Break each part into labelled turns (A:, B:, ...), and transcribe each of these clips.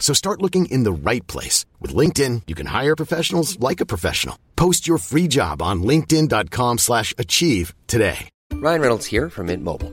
A: So start looking in the right place. With LinkedIn, you can hire professionals like a professional. Post your free job on linkedin.com/achieve slash achieve today.
B: Ryan Reynolds here from Mint Mobile.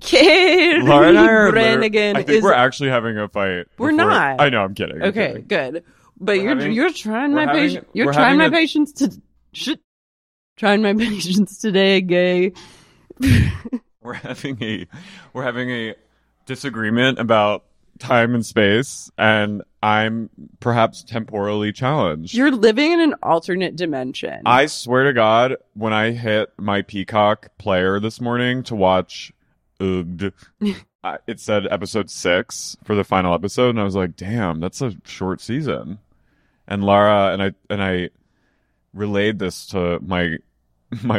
C: Carrie
D: Laura and I are.
C: Brannigan
D: I think
C: is.
D: we're actually having a fight.
C: We're
D: before-
C: not.
D: I know. I'm kidding. I'm
C: okay,
D: kidding.
C: good. But
D: We're
C: you're
D: having-
C: you're trying my
D: we're having-
C: patience. You're
D: we're
C: trying
D: having
C: my
D: a-
C: patience to shit. Trying my patience today, gay.
D: We're having a we're having a disagreement about time and space, and I'm perhaps temporally challenged.
C: You're living in an alternate dimension.
D: I swear to God, when I hit my Peacock player this morning to watch Ugd, I- it said episode six for the final episode, and I was like, "Damn, that's a short season." And Lara and I and I relayed this to my my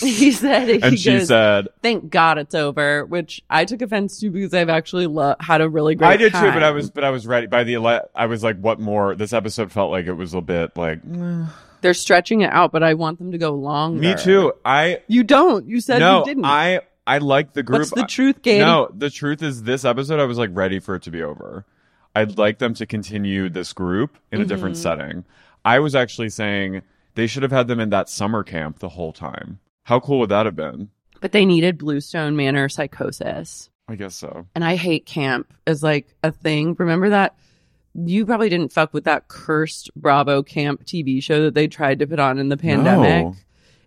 C: he said. He
D: and she
C: goes,
D: said,
C: "Thank God it's over," which I took offense to because I've actually lo- had a really great.
D: "I did too, but I
C: time.
D: was but I was ready by the ele- I was like, what more? This episode felt like it was a bit like
C: They're stretching it out, but I want them to go longer.
D: me too. I
C: You don't. You said
D: no,
C: you didn't.
D: I I like the group.
C: What's the truth, Katie?
D: No, the truth is this episode I was like ready for it to be over. I'd like them to continue this group in a
C: Mm-hmm.
D: different setting. I was actually saying they should have had them in that summer camp the whole time. How cool would that have been?
C: But they needed Bluestone Manor psychosis.
D: I guess so.
C: And I hate camp as like a thing. Remember that? You probably didn't fuck with that cursed Bravo camp TV show that they tried to put on in the pandemic.
D: No.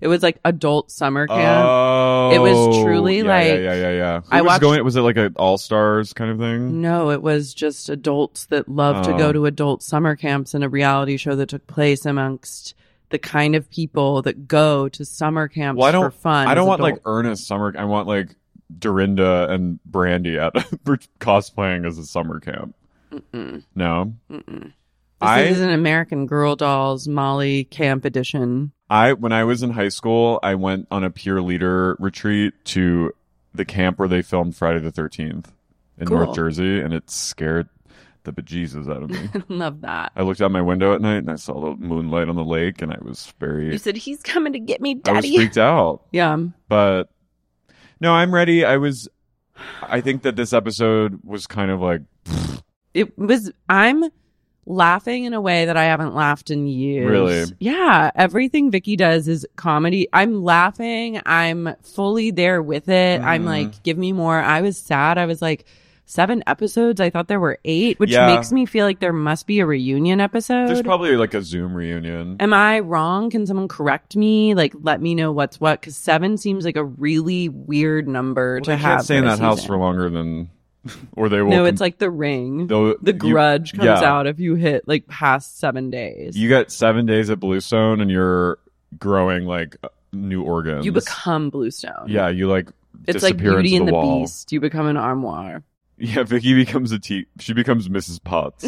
C: It was like adult summer camp.
D: Oh,
C: It was truly
D: yeah,
C: like-
D: yeah, yeah, yeah. yeah. Who
C: I
D: was
C: watched-
D: going. Was it like an all stars kind of thing?
C: no, it was just adults that love to go
D: Oh.
C: to adult summer camps and a reality show that took place amongst the kind of people that go to summer camps
D: Well, I don't.
C: for fun.
D: I
C: as
D: don't want like
C: adults.
D: earnest summer. I want like Dorinda and Brandy at cosplaying as a summer camp. No,
C: This
D: I-
C: is an American Girl Dolls Molly Camp edition.
D: I when I was in high school, I went on a peer leader retreat to the camp where they filmed Friday the Thirteenth in
C: Cool.
D: North Jersey, and it scared the bejesus out of me.
C: Love that.
D: I looked out my window at night and I saw the moonlight on the lake, and I was very
C: You said he's coming to get me,
D: I was
C: daddy.
D: freaked out.
C: Yeah.
D: But no, I'm ready. I was. I think that this episode was kind of like
C: It was I'm laughing in a way that I haven't laughed in years.
D: Really?
C: Yeah. Everything Vicky does is comedy. I'm laughing. I'm fully there with it. I'm
D: Mhm.
C: like, give me more. I was sad. I was like seven episodes. I thought there were eight, which
D: Yeah.
C: makes me feel like there must be a reunion episode.
D: there's probably like a Zoom reunion.
C: Am I wrong? Can someone correct me? Like, let me know what's what. Because seven seems like a really weird number
D: Well,
C: to
D: they
C: have.
D: can't stay in
C: a
D: that house
C: season.
D: for longer than, or they will.
C: No, it's
D: com-
C: like the ring.
D: Though
C: the
D: you-
C: grudge comes
D: yeah.
C: out if you hit like past seven days.
D: you got seven days at Bluestone and you're growing like new organs.
C: You become Bluestone.
D: Yeah, you like.
C: It's like
D: disappear
C: Beauty
D: into
C: and the
D: wall.
C: Beast. You become an armoire.
D: Yeah, Vicky becomes a tea. She becomes Mrs. Potts.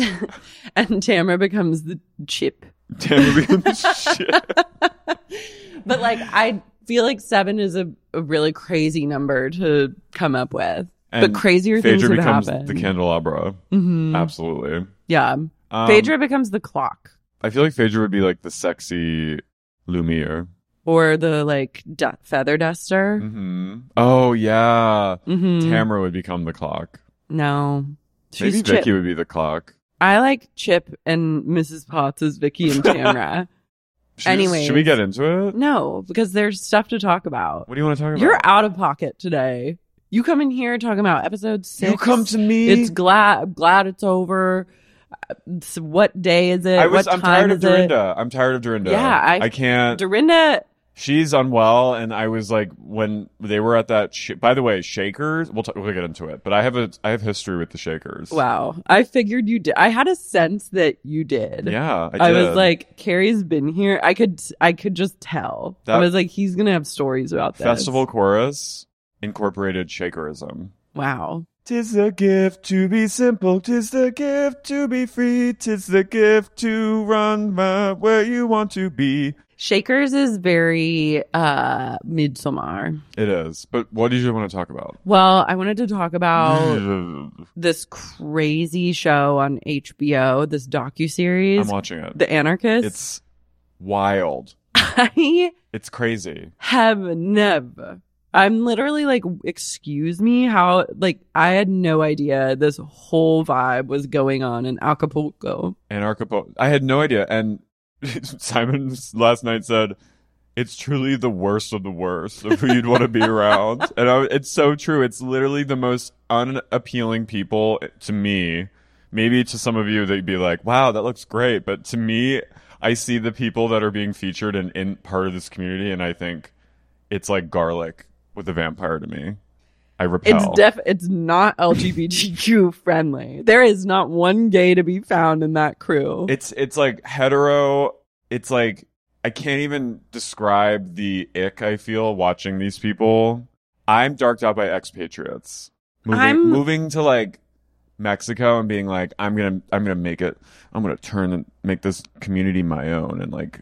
C: And Tamara becomes the chip.
D: Tamara becomes shit.
C: But like I feel like seven is a, a really crazy number to come up with.
D: And
C: but crazier
D: Phaedra
C: things have
D: becomes
C: happened.
D: the candelabra.
C: Mhm.
D: Absolutely.
C: Yeah.
D: Um,
C: Phaedra becomes the clock
D: I feel like Phaedra would be like the sexy Lumiere.
C: or the like du- feather duster.
D: hmm Oh yeah,
C: Mm-hmm.
D: Tamara would become the clock.
C: No. She's
D: Maybe
C: Chip.
D: Vicky would be the clock.
C: I like Chip and Mrs. Potts as Vicky and Tamara.
D: Should, anyway,
C: Anyways.
D: should we get into it?
C: no, because there's stuff to talk about.
D: What do you want to talk about?
C: You're out of pocket today. You come in here talking about episode six.
D: You come to me.
C: It's glad. I'm glad it's over. Uh, it's- what day is it?
D: I was.
C: what
D: I'm
C: time
D: tired of
C: is it?
D: Dorinda. I'm tired of Dorinda.
C: Yeah, I-
D: I can't.
C: Dorinda.
D: She's unwell, and I was like, when they were at that. Sh- By the way, Shakers. We'll talk, we'll get into it, but I have a I have history with the Shakers.
C: Wow. I figured you did. I had a sense that you did.
D: Yeah, I,
C: I, was
D: did.
C: like, Carrie's been here. I could, I could just tell.
D: That-
C: I was like, he's gonna have stories about this.
D: Festival Chorus incorporated Shakerism.
C: Wow.
D: Tis the gift to be simple, tis the gift to be free, tis the gift to run uh, where you want to be.
C: Shakers is very uh midsummer.
D: It is. But what did you want to talk about?
C: Well, I wanted to talk
D: Mm.
C: about this crazy show on HBO, this docu
D: I'm
C: series,
D: watching it.
C: The Anarchist.
D: It's wild.
C: I
D: It's crazy.
C: have never. I'm literally like, excuse me, how like I had no idea this whole vibe was going on in Acapulco.
D: Anarchapo. I had no idea. And Simon last night said, it's truly the worst of the worst of who you'd want to be around. And I, it's so true. It's literally the most unappealing people to me. Maybe to some of you, they'd be like, wow, that looks great. But to me, I see the people that are being featured and in part of this community, and I think it's like garlic with a vampire to me. I repel.
C: It's def it's not LGBTQ friendly. There is not one gay to be found in that crew.
D: It's it's like hetero. It's like I can't even describe the ick I feel watching these people. I'm darked out by expatriates. Moving,
C: I'm-
D: moving to like Mexico and being like, I'm gonna I'm gonna make it. I'm gonna turn and make this community my own and like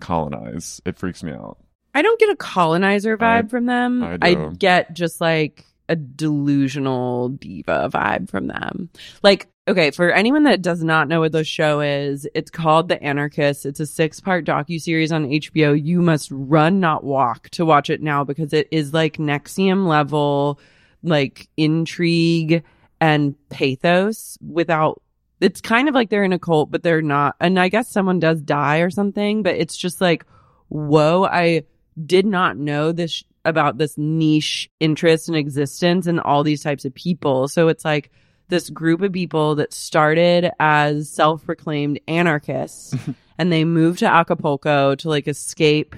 D: colonize. It freaks me out.
C: I don't get a colonizer vibe
D: I-
C: from them.
D: I
C: I,
D: do.
C: get just like a delusional diva vibe from them. Like, okay, for anyone that does not know what the show is, it's called The Anarchist. It's a six-part docu-series on HBO. You must run, not walk, to watch it now because it is like Nexium level, like intrigue and pathos without it's kind of like they're in a cult, but they're not. And I guess someone does die or something, but it's just like, whoa, I did not know this sh- about this niche interest and existence and all these types of people. So it's like this group of people that started as self proclaimed anarchists and they moved to Acapulco to like escape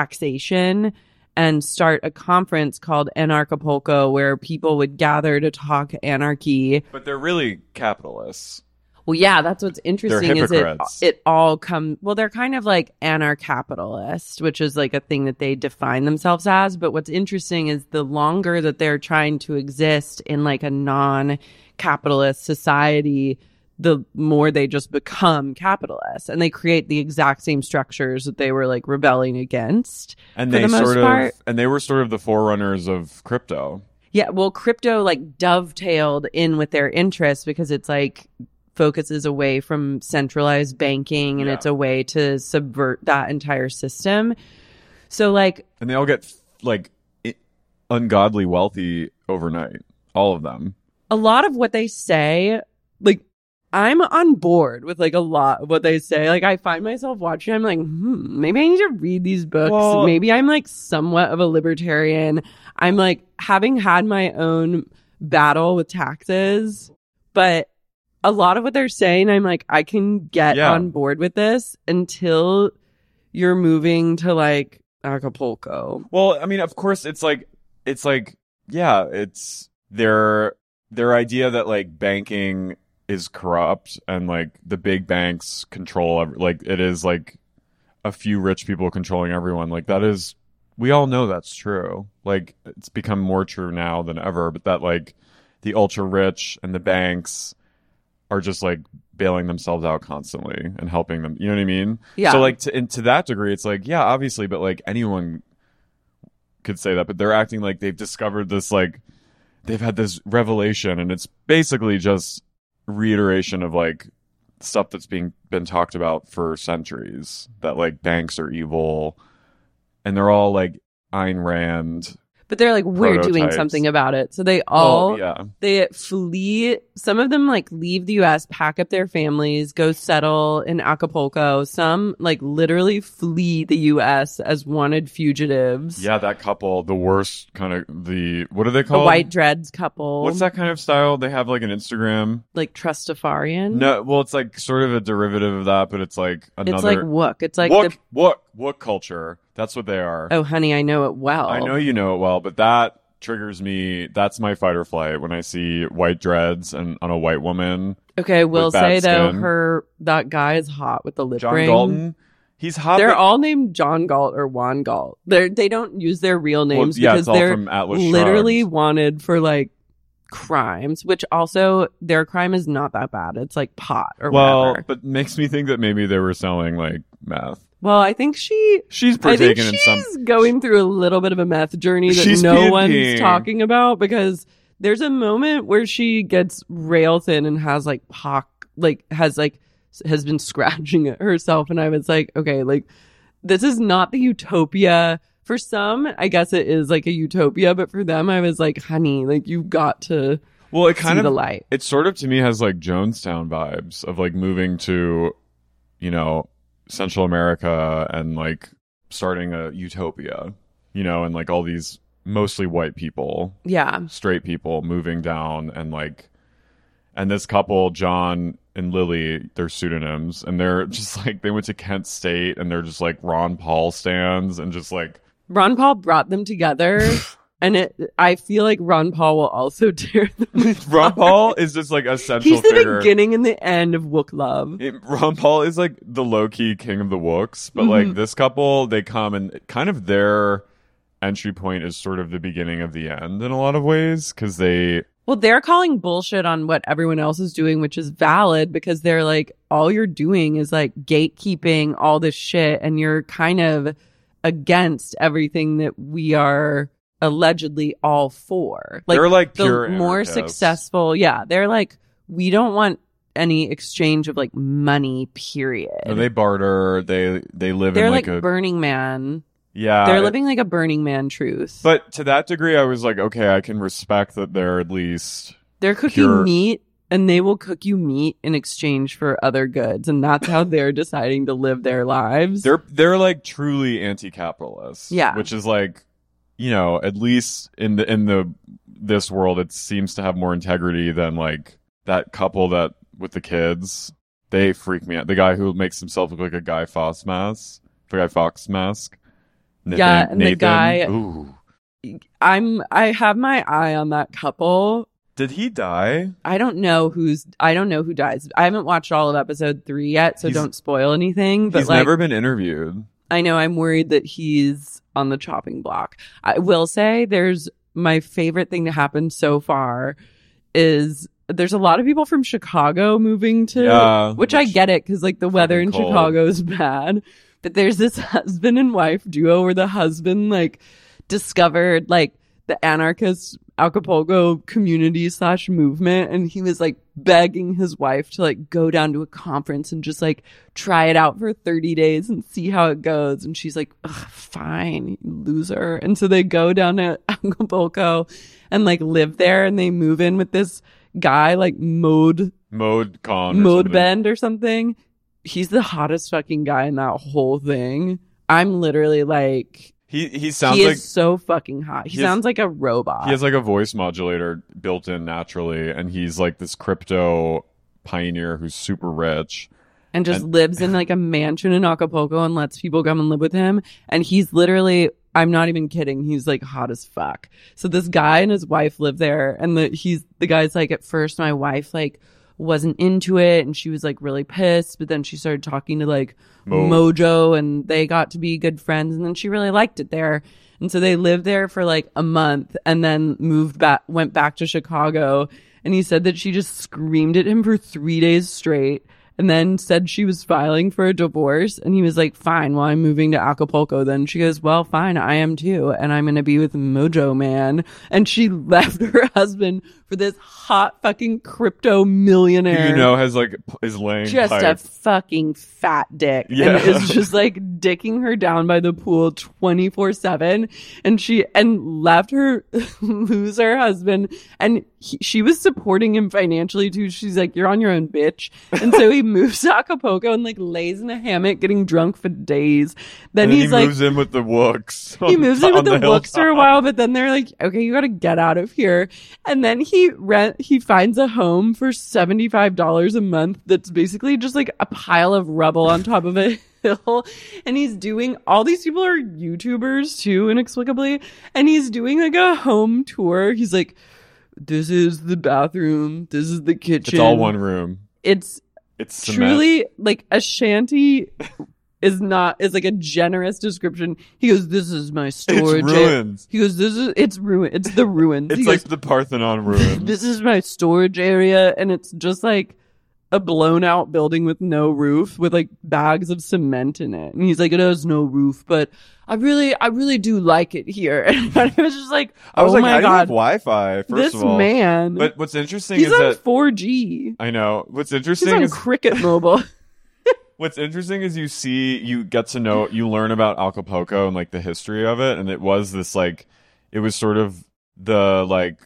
C: taxation and start a conference called Anarchapulco where people would gather to talk anarchy.
D: But they're really capitalists.
C: Well, yeah, that's what's interesting is it,
D: hypocrites.
C: it all come well, they're kind of like anarcho-capitalist, which is like a thing that they define themselves as. But what's interesting is the longer that they're trying to exist in like a non-capitalist society, the more they just become capitalists and they create the exact same structures that they were like rebelling against.
D: And
C: for
D: they
C: the most
D: sort of
C: part.
D: and they were sort of the forerunners of crypto.
C: Yeah, well, crypto like dovetailed in with their interests because it's like focuses away from centralized banking and
D: Yeah.
C: it's a way to subvert that entire system. So like
D: And they all get like i- ungodly wealthy overnight. All of them.
C: a lot of what they say, like I'm on board with like a lot of what they say. Like I find myself watching, I'm like, hmm, maybe I need to read these books.
D: Well-
C: maybe I'm like somewhat of a libertarian. I'm like having had my own battle with taxes, but a lot of what they're saying, I'm like, I can get
D: Yeah.
C: on board with this until you're moving to like Acapulco.
D: Well, I mean, of course, it's like it's like yeah, it's their their idea that like banking is corrupt and like the big banks control every, like it is like a few rich people controlling everyone. Like that is we all know that's true. Like it's become more true now than ever, but that like the ultra rich and the banks are just like bailing themselves out constantly and helping them. You know what I mean?
C: Yeah.
D: So like to and to that degree, it's like yeah, obviously, but like anyone could say that, but they're acting like they've discovered this like they've had this revelation, and it's basically just reiteration of like stuff that's being been talked about for centuries that like banks are evil and they're all like Ayn Rand.
C: But they're like, we're doing
D: Prototypes.
C: something about it. So they all
D: Oh, yeah.
C: they flee. Some of them like leave the U.S., pack up their families, go settle in Acapulco. Some like literally flee the U.S. as wanted fugitives.
D: Yeah, that couple, the worst kind of the what are they
C: the
D: called?
C: white dreads couple.
D: What's that kind of style? They have like an Instagram.
C: Like Trustafarian.
D: No, well, it's like sort of a derivative of that, but it's like
C: Mm-hmm.
D: another.
C: it's like Wook. It's like
D: Wook,
C: the
D: Wook, Wook culture. That's what they are.
C: oh honey, I know it well.
D: I know you know it well, but that triggers me. That's my fight or flight when I see white dreads and on a white woman.
C: Okay, we'll
D: With bad
C: say though,
D: skin.
C: her that guy is hot with the lip
D: John
C: ring.
D: Dalton. He's hot.
C: They're
D: Uh, but-
C: all named John Galt or Juan Galt. They they don't use their real
D: Well,
C: names
D: yeah,
C: because
D: it's all
C: they're
D: from Atlas
C: literally
D: Shrugged.
C: wanted for like crimes, which also their crime is not that bad. It's like pot or
D: well,
C: whatever.
D: but makes me think that maybe they were selling like meth.
C: Well, I think she
D: She's
C: I think
D: partaking in
C: she's
D: some.
C: going through a little bit of a meth journey that
D: She's
C: no
D: speed
C: one's
D: peeing.
C: talking about because there's a moment where she gets rail thin and has like pock like has like s- has been scratching at herself and I was like, okay, like this is not the utopia. For some, I guess it is like a utopia, but for them I was like, honey, like you got to
D: Well, it
C: see
D: kind
C: the
D: of
C: light.
D: it sort of to me has like Jonestown vibes of like moving to, you know, Central America and like starting a utopia, you know, and like all these mostly white people
C: Yeah.
D: straight people moving down and like and this couple john and lily they're pseudonyms and they're just like they went to kent state and they're just like ron paul stands and just like
C: Ron Paul brought them together and it I feel like Ron Paul will also tear them.
D: ron paul is just like a central
C: He's the
D: figure
C: beginning and the end of Wook Love.
D: It- ron paul is like the low-key king of the wooks but
C: Mm-hmm.
D: like this couple they come and kind of their entry point is sort of the beginning of the end in a lot of ways because they
C: Well, they're calling bullshit on what everyone else is doing, which is valid because they're like, all you're doing is like gatekeeping all this shit, and you're kind of against everything that we are allegedly all for.
D: They're, like,
C: the
D: pure
C: more
D: anarchists.
C: successful. Yeah, they're like, we don't want any exchange of like money. Period.
D: they barter they they live
C: They're
D: in
C: like,
D: like, a
C: Burning Man.
D: yeah
C: They're
D: it-
C: living like a Burning Man truth.
D: But to that degree, I was like, okay, I can respect that they're at least.
C: They're cooking
D: pure-
C: meat and they will cook you meat in exchange for other goods. And that's how they're deciding to live their lives.
D: They're they're like truly anti-capitalist.
C: Yeah.
D: which is like, you know, at least in the in the this world, it seems to have more integrity than like that couple that with the kids. They freak me out. The guy who makes himself look like a Guy Fox mask, the Guy Fox mask. Nathan,
C: Yeah, and the guy-
D: Ooh,
C: I'm, I have my eye on that couple.
D: did he die?
C: I don't know who's, I don't know who dies. I haven't watched all of episode three yet, so
D: He's-
C: don't spoil anything. But
D: He's
C: like,
D: never been interviewed.
C: I know I'm worried that he's on the chopping block. I will say there's my favorite thing to happen so far is there's a lot of people from Chicago moving to
D: Yeah,
C: which, I
D: which-
C: get it cuz like the weather
D: fucking
C: in
D: cold.
C: Chicago is bad. But there's this husband and wife duo where the husband like discovered like the anarchist Acapulco community slash movement and he was like begging his wife to like go down to a conference and just like try it out for 30 days and see how it goes and she's like Ugh, fine you loser and so they go down to Acapulco and like live there and they move in with this guy like mode
D: Mode con. or
C: mode
D: something.
C: bend or something he's the hottest fucking guy in that whole thing i'm literally like
D: He he sounds
C: he
D: like
C: is so fucking hot. He,
D: He has-
C: sounds like a robot.
D: He has like a voice modulator built in naturally, and he's like this crypto pioneer who's super rich.
C: and just lives in like a mansion in Acapulco and lets people come and live with him. And he's literally, I'm not even kidding, he's like hot as fuck. So this guy and his wife live there, and the he's the guy's like, at first my wife like wasn't into it and she was like really pissed, but then she started talking to like
D: Oh.
C: Mojo and they got to be good friends and then she really liked it there. And so they lived there for like a month and then moved back, went back to Chicago. And he said that she just screamed at him for three days straight and then said she was filing for a divorce. And he was like, fine, well, I'm moving to Acapulco. Then she goes, well, fine, I am too. And I'm going to be with Mojo Man. And she left her husband for this hot fucking crypto
D: who
C: millionaire.
D: you know has like p- is laying
C: Just a
D: pipe.
C: fucking fat dick.
D: Yeah.
C: And is just like dicking her down by the pool 24 7. And she, and left her lose her husband. And he, she was supporting him financially too. She's like, you're on your own, bitch. And so he moves to Acapulco and like lays in a hammock getting drunk for days. Then,
D: and then
C: he's
D: he
C: like,
D: moves in with the wooks.
C: he moves in with the, books for a
D: hilltop.
C: while, but then they're like, okay, you got to get out of here. And then he rent he finds a home for seventy five dollars a month. That's basically just like a pile of rubble on top of a hill. And he's doing all these people are YouTubers too, inexplicably. And he's doing like a home tour. He's like, this is the bathroom. This is the kitchen.
D: It's all one room.
C: It's
D: It's cement.
C: truly like a shanty is not is like a generous description. He goes, "This is my storage." a-"
D: ruins.
C: He goes, "This is it's ruin. It's the ruins."
D: It's
C: he
D: like
C: goes,
D: the Parthenon ruins.
C: "This is my storage area," and it's just like a blown out building with no roof with like bags of cement in it. And he's like, "It has no roof, but I really, I really do like it here." And I was just like,
D: I was
C: "Oh
D: like,
C: my
D: I don't
C: god,
D: have Wi-Fi. First
C: this
D: of all,
C: man."
D: But what's interesting
C: he's
D: is
C: on
D: that
C: 4G.
D: I know. What's
C: He's
D: interesting
C: on
D: is
C: Cricket Mobile.
D: What's interesting is you see, you get to know, you learn about Acapulco and like the history of it, and it was this like, it was sort of the like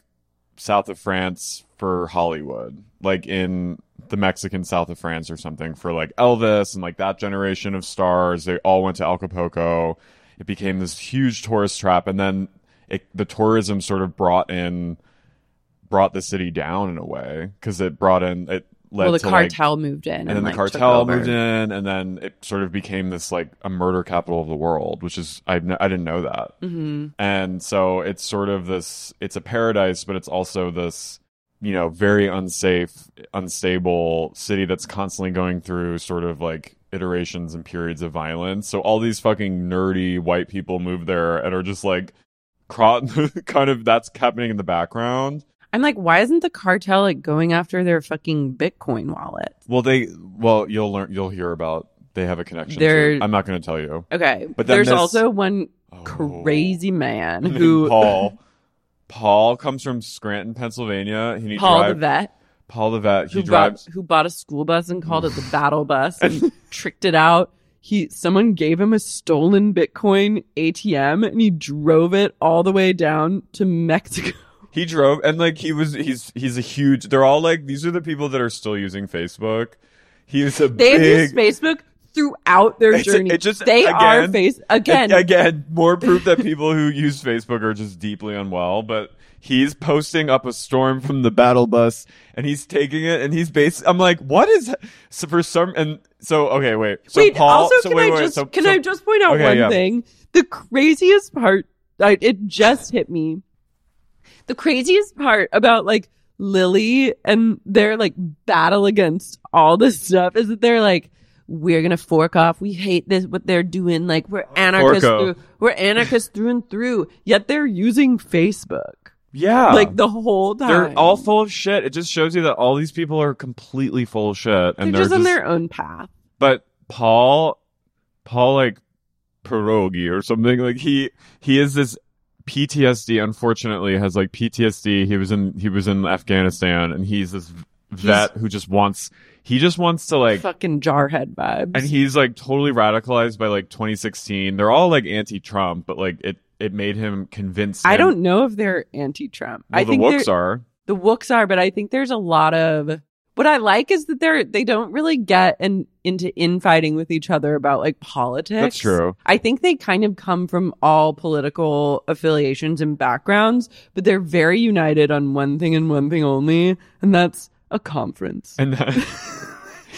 D: south of France for Hollywood, like in the Mexican south of France or something for like Elvis and like that generation of stars. They all went to Acapulco. It became this huge tourist trap, and then it, the tourism sort of brought in, brought the city down in a way because it brought in it. Led
C: well, the
D: to, like-
C: cartel moved in, and,
D: and, then
C: like,
D: the
C: took
D: cartel
C: over.
D: moved in, and then it sort of became this like a murder capital of the world, which is I I didn't know that, mm-hmm. and so it's sort of this it's a paradise, but it's also this you know very unsafe, unstable city that's constantly going through sort of like iterations and periods of violence. So all these fucking nerdy white people move there and are just like cro- kind of that's happening in the background.
C: I'm like, why isn't the cartel like going after their fucking Bitcoin wallet?
D: Well, they well you'll learn you'll hear about they have a connection.
C: They're-
D: to, I'm not going to tell you.
C: Okay,
D: But
C: but
D: then
C: there's
D: this-
C: also one
D: Oh.
C: crazy man who
D: Paul. Paul comes from Scranton, Pennsylvania. He
C: Paul
D: drive,
C: the vet
D: Paul the vet. He
C: who
D: drives.
C: bought who bought a school bus and called it the battle bus and tricked it out. He someone gave him a stolen Bitcoin ATM and he drove it all the way down to Mexico.
D: He drove, and like he was. He's he's a huge. They're all like these are the people that are still using Facebook. He's a
C: They have
D: big.
C: used Facebook throughout their
D: It's-
C: journey.
D: it just-
C: they are
D: again-
C: face again.
D: A- again, more proof that people who use Facebook are just deeply unwell. But he's posting up a storm from the battle bus, and he's taking it, and he's base. I'm like, what is so for some? And so okay, wait. So
C: wait,
D: Paul,
C: also
D: so
C: can
D: wait,
C: I
D: wait,
C: just
D: so-
C: can
D: so-
C: I just point out
D: okay,
C: one
D: yeah.
C: thing? The craziest part, I, it just hit me. The craziest part about like Lily and their like battle against all this stuff is that they're like, we're gonna fork off. We hate this what they're doing. Like we're anarchists.
D: Forko.
C: Through, we're anarchists through and through. Yet they're using Facebook
D: Yeah,
C: like the whole time.
D: They're all full of shit. It just shows you that all these people are completely full of shit,
C: they're
D: and
C: just on their own path.
D: But Paul, Paul like pierogi or something like he he is this PTSD. Unfortunately, has like PTSD. He was in he was in Afghanistan, and he's this vet who just wants he just wants to like
C: Fucking jarhead vibes.
D: and he's like totally radicalized by like 2016. They're all like anti-Trump, but like it it made him convinced.
C: I
D: him-
C: don't know if they're anti-Trump.
D: Well,
C: I
D: the
C: think
D: Wooks
C: they're-
D: are.
C: the Wooks are, but I think there's a lot of what I like is that they're they don't really get an, into infighting with each other about like politics.
D: That's true.
C: I think they kind of come from all political affiliations and backgrounds, but they're very united on one thing and one thing only, and that's a conference.
D: And that,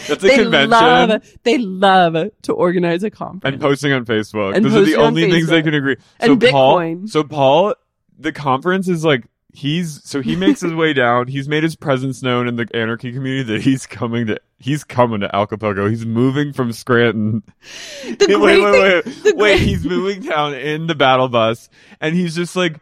D: that's a
C: they
D: convention.
C: love they love to organize a conference.
D: and posting on Facebook.
C: And
D: Those are the
C: posting on
D: only things they
C: Facebook.
D: can agree.
C: And
D: Paul,
C: Bitcoin.
D: so Paul, the conference is like he's so he makes his way down. He's made his presence known in the anarchy community that he's coming to he's coming to Acapulco. He's moving from Scranton.
C: The
D: Wait,
C: great thing-
D: wait, wait, wait.
C: the
D: Wait,
C: great-
D: he's moving down in the battle bus and he's just like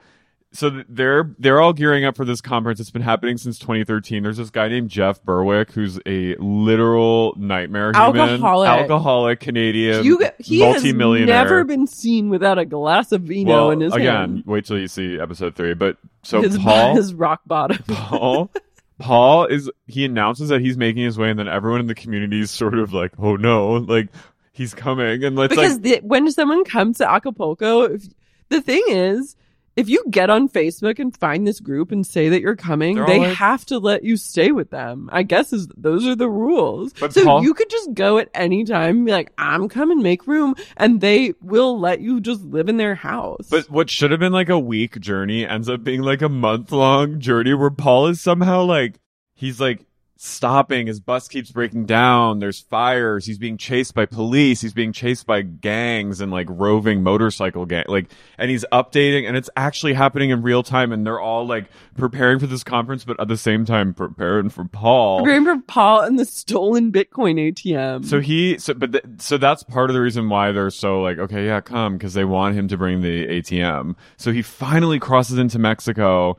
D: so th- they're they're all gearing up for this conference. It's been happening since 2013. There's this guy named Jeff Berwick who's a literal nightmare human,
C: Alcoholic.
D: alcoholic Canadian,
C: you get- he has
D: multimillionaire.
C: never been seen without a glass of vino
D: well,
C: in his
D: again,
C: hand.
D: wait till you see episode three. But so
C: his,
D: Paul,
C: his rock bottom.
D: Paul Paul is he announces that he's making his way and then everyone in the community is sort of like, "Oh no, like he's coming." And let's
C: because
D: like
C: the, when someone comes to Acapulco, if, the thing is, if you get on Facebook and find this group and say that you're coming,
D: They're all
C: they
D: like-
C: have to let you stay with them. I guess is those are the rules.
D: But
C: so
D: Paul-
C: you could just go at any time and be like, "I'm coming, make room," and they will let you just live in their house.
D: but what should have been like a week journey ends up being like a month long journey where Paul is somehow like he's like stopping, his bus keeps breaking down, there's fires, he's being chased by police, he's being chased by gangs and like roving motorcycle gang like and he's updating and it's actually happening in real time and they're all like preparing for this conference but at the same time preparing for Paul.
C: remember Paul and the stolen Bitcoin ATM.
D: So he, so but th- so that's part of the reason why they're so like, okay, yeah, come, because they want him to bring the ATM. So he finally crosses into Mexico,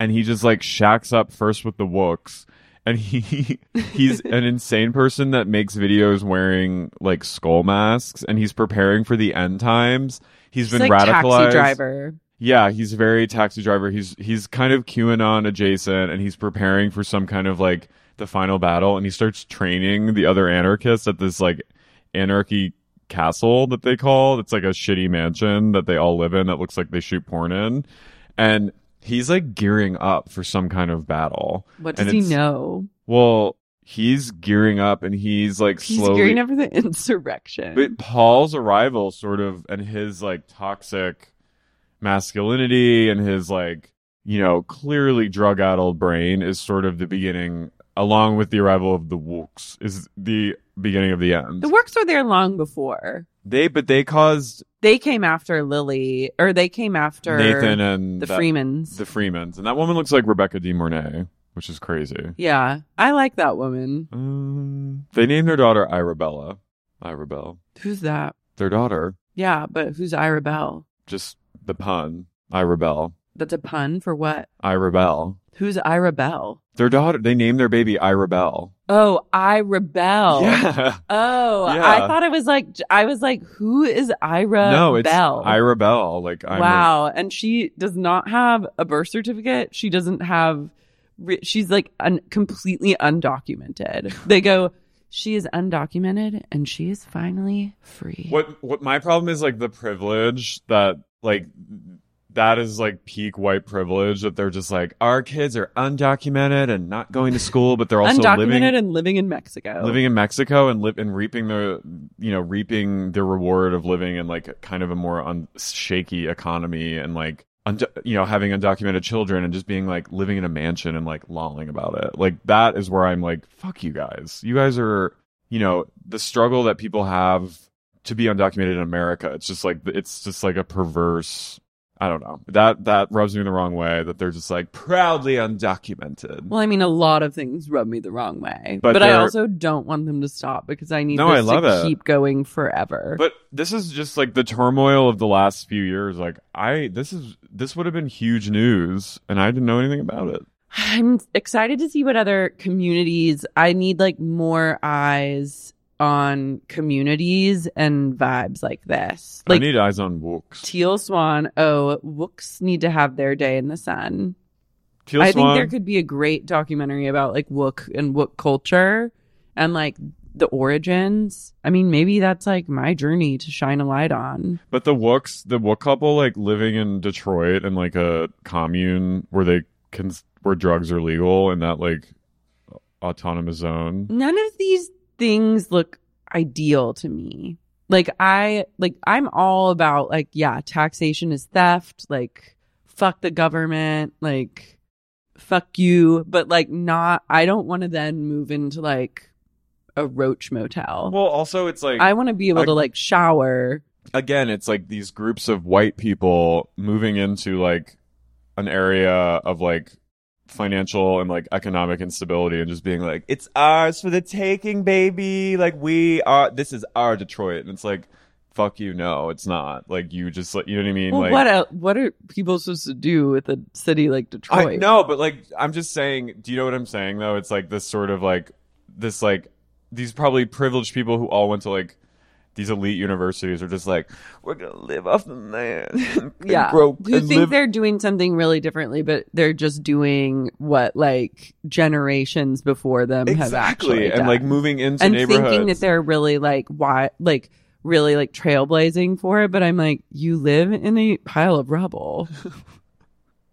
D: and he just like shacks up first with the Wooks, and he he's an insane person that makes videos wearing like skull masks, and he's preparing for the end times. he's been
C: like
D: radicalized.
C: taxi driver.
D: Yeah, he's very taxi driver. He's he's kind of QAnon adjacent, and he's preparing for some kind of like the final battle. And he starts training the other anarchists at this like anarchy castle that they call. It's like a shitty mansion that they all live in that looks like they shoot porn in. And he's like gearing up for some kind of battle.
C: What
D: And
C: does he
D: it's-
C: know?
D: Well, he's gearing up, and he's like
C: He's
D: slowly.
C: gearing up for the insurrection.
D: But Paul's arrival, sort of, and his like toxic masculinity and his like, you know, clearly drug addled brain is sort of the beginning, along with the arrival of the Wooks, is the beginning of the end.
C: the works were there long before.
D: they, but they caused
C: they came after Lily, or they came after
D: Nathan and
C: the
D: that-
C: Freemans.
D: The Freemans. And that woman looks like Rebecca De Mornay, which is crazy.
C: yeah, I like that woman.
D: Um, they named their daughter Irabella. Irabel.
C: Who's that?
D: Their daughter,
C: Yeah, but who's Ira Bell?
D: just the pun, Irabel.
C: That's a pun for what?
D: Irabel.
C: Who's Ira Bell?
D: Their daughter, they named their baby Ira Bell.
C: Oh, Ira Bell.
D: Yeah.
C: Oh,
D: Yeah.
C: I thought it was like I was like, who is Ira
D: no, it's
C: Bell?
D: Ira Bell. Like, I'm a-
C: wow, and she does not have a birth certificate. She doesn't have. re- She's like un- completely undocumented. They go. She is undocumented, and she is finally free.
D: what, what my problem is like the privilege that, like, that is like peak white privilege that they're just like, our kids are undocumented and not going to school, but they're also
C: undocumented
D: living.
C: and living in Mexico.
D: living in Mexico and live and reaping the you know reaping the reward of living in like kind of a more un- shaky economy and like und- you know having undocumented children and just being like living in a mansion and like lolling about it like that is where I'm like fuck you guys you guys are you know the struggle that people have to be undocumented in America it's just like it's just like a perverse I don't know that that rubs me the wrong way that they're just like proudly undocumented
C: well, I mean, a lot of things rub me the wrong way,
D: But
C: but, I
D: they're-
C: also don't want them to stop because I need
D: No,
C: this
D: I love
C: to
D: it.
C: keep going forever.
D: But this is just like the turmoil of the last few years. Like I, this is this would have been huge news, and I didn't know anything about it.
C: I'm excited to see what other communities. I need like more eyes on communities and vibes like this. Like
D: I need eyes on Wooks.
C: Teal Swan. Oh, Wooks need to have their day in the sun.
D: Teal
C: I think
D: Swan.
C: there could be a great documentary about like Wook and Wook culture and like the origins. I mean, maybe that's like my journey to shine a light on.
D: but the Wooks, the Wook couple, like living in Detroit in like a commune where they can where drugs are legal in that like autonomous zone.
C: None of these things look ideal to me. Like I like I'm all about like yeah, taxation is theft, like fuck the government, like fuck you, but like not I don't want to then move into like a roach motel.
D: Well, also it's like
C: I want to be able
D: I-
C: to like shower
D: again, it's like these groups of white people moving into like an area of like financial and like economic instability and just being like it's ours for the taking baby like we are this is our detroit and it's like fuck you no it's not like you just like you know what i mean
C: Well,
D: like
C: what el what are people supposed to do with a city like Detroit?
D: I know, but like I'm just saying, do you know what I'm saying though? It's like this sort of like this like these probably privileged people who all went to like these elite universities are just like we're gonna live off the land. and
C: Yeah,
D: grow-
C: who
D: and
C: think
D: live-
C: they're doing something really differently, but they're just doing what like generations before them have actually
D: exactly and
C: done.
D: like moving into
C: and
D: neighborhoods
C: thinking that they're really like why like really like trailblazing for it but i'm like you live in a pile of rubble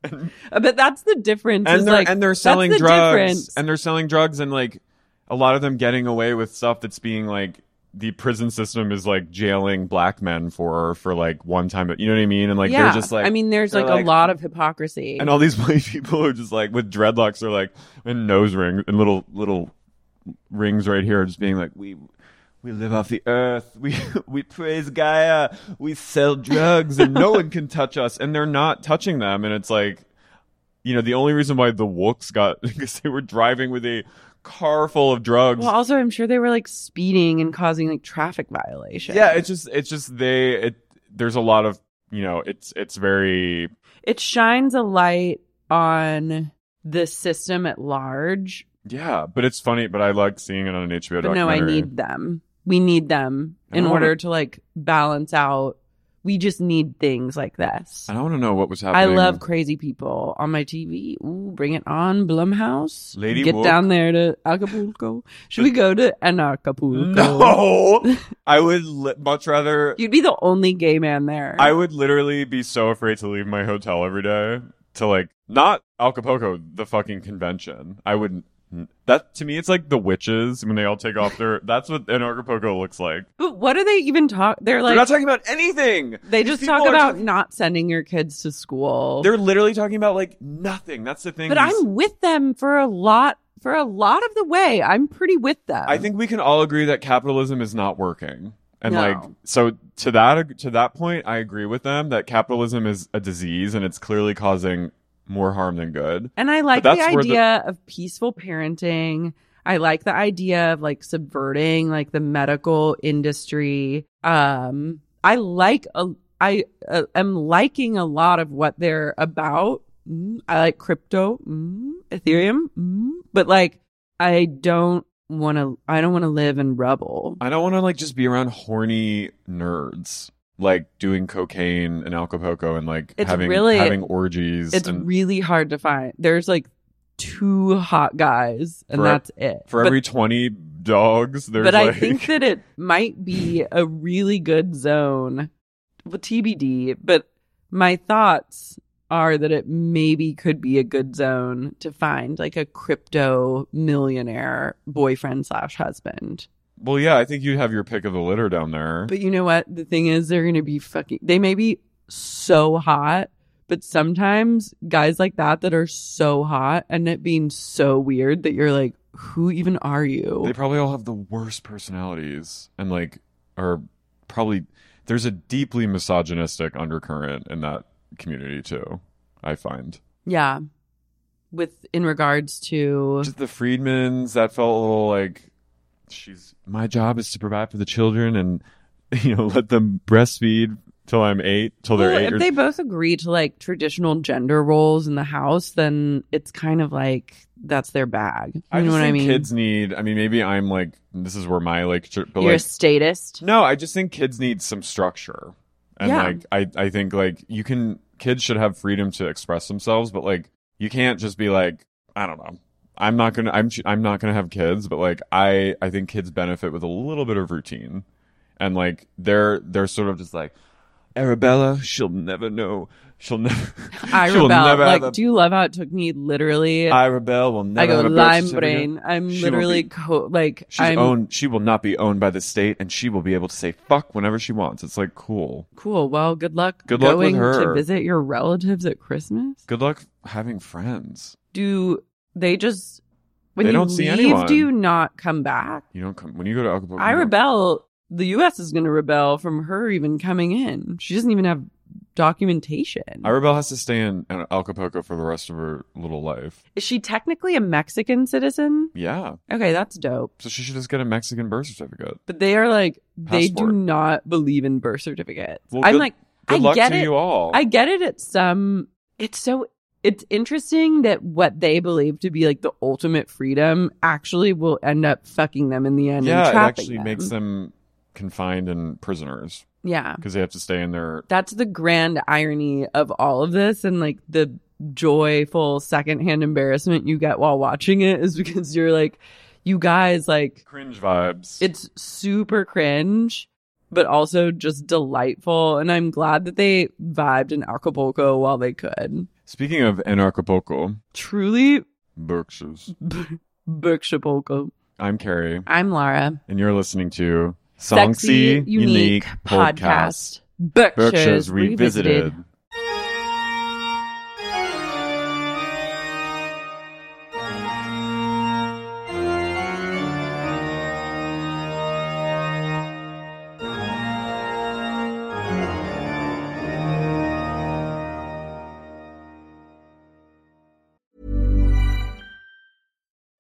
C: Uh, but that's the difference is,
D: and they're
C: like,
D: and they're
C: that's
D: selling
C: the
D: drugs
C: difference.
D: and they're selling drugs and like a lot of them getting away with stuff that's being like the prison system is like jailing black men for for like one time you know what I mean and like
C: yeah
D: they're just like
C: i mean there's
D: they're
C: like, a lot of hypocrisy
D: and all these white people are just like with dreadlocks are like and nose rings and little little rings right here just being like we we live off the earth we we praise gaia uh, we sell drugs and no one can touch us and they're not touching them and it's like you know the only reason why the wooks got because they were driving with a car full of drugs
C: well also i'm sure they were like speeding and causing like traffic violations
D: yeah it's just it's just they it there's a lot of you know it's it's very
C: it shines a light on the system at large
D: yeah but it's funny but i like seeing it on an hbo
C: But no, I
D: documentary.
C: need them. We need them
D: I
C: in
D: don't
C: order
D: wanna-
C: to like balance out. We just need things like this.
D: I don't want to know what was
C: I
D: happening.
C: love crazy people on my TV. Ooh, bring it on, Blumhouse.
D: Lady
C: Get
D: Woke.
C: down there to Acapulco. Should we go to Anarchapulco?
D: No, I would li- much rather.
C: You'd be the only gay man there.
D: I would literally be so afraid to leave my hotel every day to like not Acapulco, the fucking convention. I wouldn't. That to me, it's like the witches when they all take off their. That's what an Acapulco looks like.
C: but what do they even talk? They're
D: they're not
C: like,
D: talking about anything.
C: they just
D: People
C: talk
D: are
C: about
D: talking-
C: not sending your kids to school.
D: They're literally talking about like nothing. That's the thing.
C: But
D: is-
C: I'm with them for a lot, for a lot of the way. I'm pretty with them.
D: I think we can all agree that capitalism is not working. And
C: No.
D: like so to that to that point I agree with them that capitalism is a disease and it's clearly causing more harm than good.
C: And I like the
D: But that's where the-
C: idea of peaceful parenting. I like the idea of like subverting like the medical industry. Um I like a I uh, am liking a lot of what they're about. Mm, I like crypto, mm, Ethereum, mm, but like I don't want to I don't want to live in rubble.
D: I don't want to like just be around horny nerds like doing cocaine and Acapulco and like
C: It's
D: having
C: really-
D: having orgies
C: It's
D: and
C: really hard to find. There's like two hot guys and
D: For- e-
C: that's it.
D: for
C: But
D: every 20 dogs there's
C: but
D: like
C: I think that it might be a really good zone, well, TBD. But my thoughts are that it maybe could be a good zone to find like a crypto millionaire boyfriend slash husband.
D: Well yeah, I think you'd have your pick of the litter down there.
C: But you know what? The thing is, they're going to be fucking. They may be so hot. But sometimes guys like that that are so hot end up being so weird that you're like, who even are you?
D: They probably all have the worst personalities and like are probably there's a deeply misogynistic undercurrent in that community too. I find
C: Yeah. With in regards to
D: just the Freedmans that felt a little like she's my job is to provide for the children and you know let them breastfeed till I'm eight till they're
C: Well,
D: eight.
C: if
D: Or,
C: they both agree to like traditional gender roles in the house, then it's kind of like that's their bag. You
D: I
C: know
D: just
C: what
D: think
C: I mean?
D: kids need. I mean, maybe I'm like this is where my like, tr- but
C: You're a
D: like
C: statist.
D: No, I just think kids need some structure. And
C: Yeah.
D: like I, I think like you can kids should have freedom to express themselves, but like you can't just be like, I don't know. I'm not gonna I'm ch- I'm not gonna have kids, but like I I think kids benefit with a little bit of routine. And like they're they're sort of just like Arabella, she'll never know. She'll never
C: I
D: she'll
C: rebel.
D: never
C: Like,
D: have a,
C: do you love how it took me literally? I,
D: Arabella will never
C: go
D: have a birth
C: lime
D: certificate.
C: brain. I'm
D: She won't
C: literally
D: be-
C: co- like
D: She's
C: I'm
D: owned. She will not be owned by the state, and she will be able to say "fuck" whenever she wants. It's like cool.
C: cool. Well, good luck.
D: Good luck with
C: going to
D: her.
C: visit your relatives at Christmas.
D: Good luck having friends.
C: Do they just when
D: They
C: you
D: don't
C: leave?
D: see anyone.
C: Do you not come back?
D: You don't come when you go to Acapulco.
C: I
D: you don't-
C: rebel. The U.S. is going to rebel from her even coming in. She doesn't even have
E: documentation.
D: Irabel has to stay in Acapulco for the rest of her little life.
E: Is she technically a Mexican citizen?
D: Yeah.
E: Okay, that's dope.
D: So she should just get a Mexican birth certificate.
E: But they are like they do
D: Passport.
E: not believe in birth certificates.
D: Well,
E: I'm
D: good-
E: like
D: Good
E: I
D: luck
E: get
D: to
E: it.
D: you all.
E: I get it at some it's so it's interesting that what they believe to be like the ultimate freedom actually will end up fucking them in the end
D: yeah,
E: and
D: it
E: trapping
D: actually makes them confined and prisoners
E: Yeah.
D: because they have to stay in their.
E: That's the grand irony of all of this and like the joyful secondhand embarrassment you get while watching it is because you're like you guys like
D: Cringe vibes.
E: it's super cringe but also just delightful and i'm glad that they vibed in acapulco while they could
D: Speaking of in Acapulco,
E: truly
D: Berkshires.
E: berkshapulco
D: I'm Carrie,
E: i'm lara
D: and you're listening to
E: sexy
D: Songsy Unique, Podcast.
E: berkshires,
D: Berkshires
E: revisited.
D: Revisited.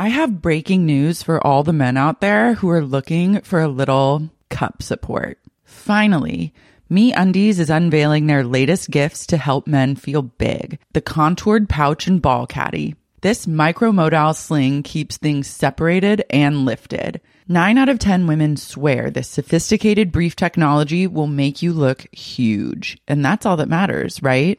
C: I have breaking news for all the men out there who are looking for a little cup support. Finally, Me Undies is unveiling their latest gifts to help men feel big the contoured pouch and ball caddy. This micromodal sling keeps things separated and lifted. Nine out of 10 women swear this sophisticated brief technology will make you look huge. And that's all that matters, right?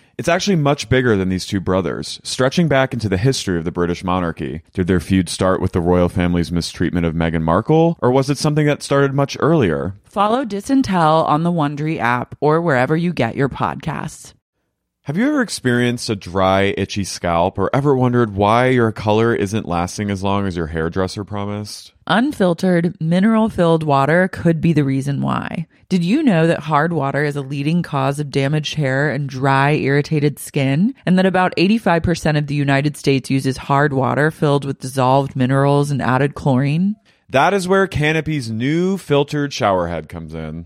D: It's actually much bigger than these two brothers, stretching back into the history of the British monarchy. Did their feud start with the royal family's mistreatment of Meghan Markle, or was it something that started much earlier?
C: Follow Disintel on the Wondery app or wherever you get your podcasts.
D: Have you ever experienced a dry, itchy scalp or ever wondered why your color isn't lasting as long as your hairdresser promised?
C: Unfiltered, mineral filled water could be the reason why. Did you know that hard water is a leading cause of damaged hair and dry, irritated skin? And that about 85% of the United States uses hard water filled with dissolved minerals and added chlorine?
D: That is where Canopy's new filtered shower head comes in.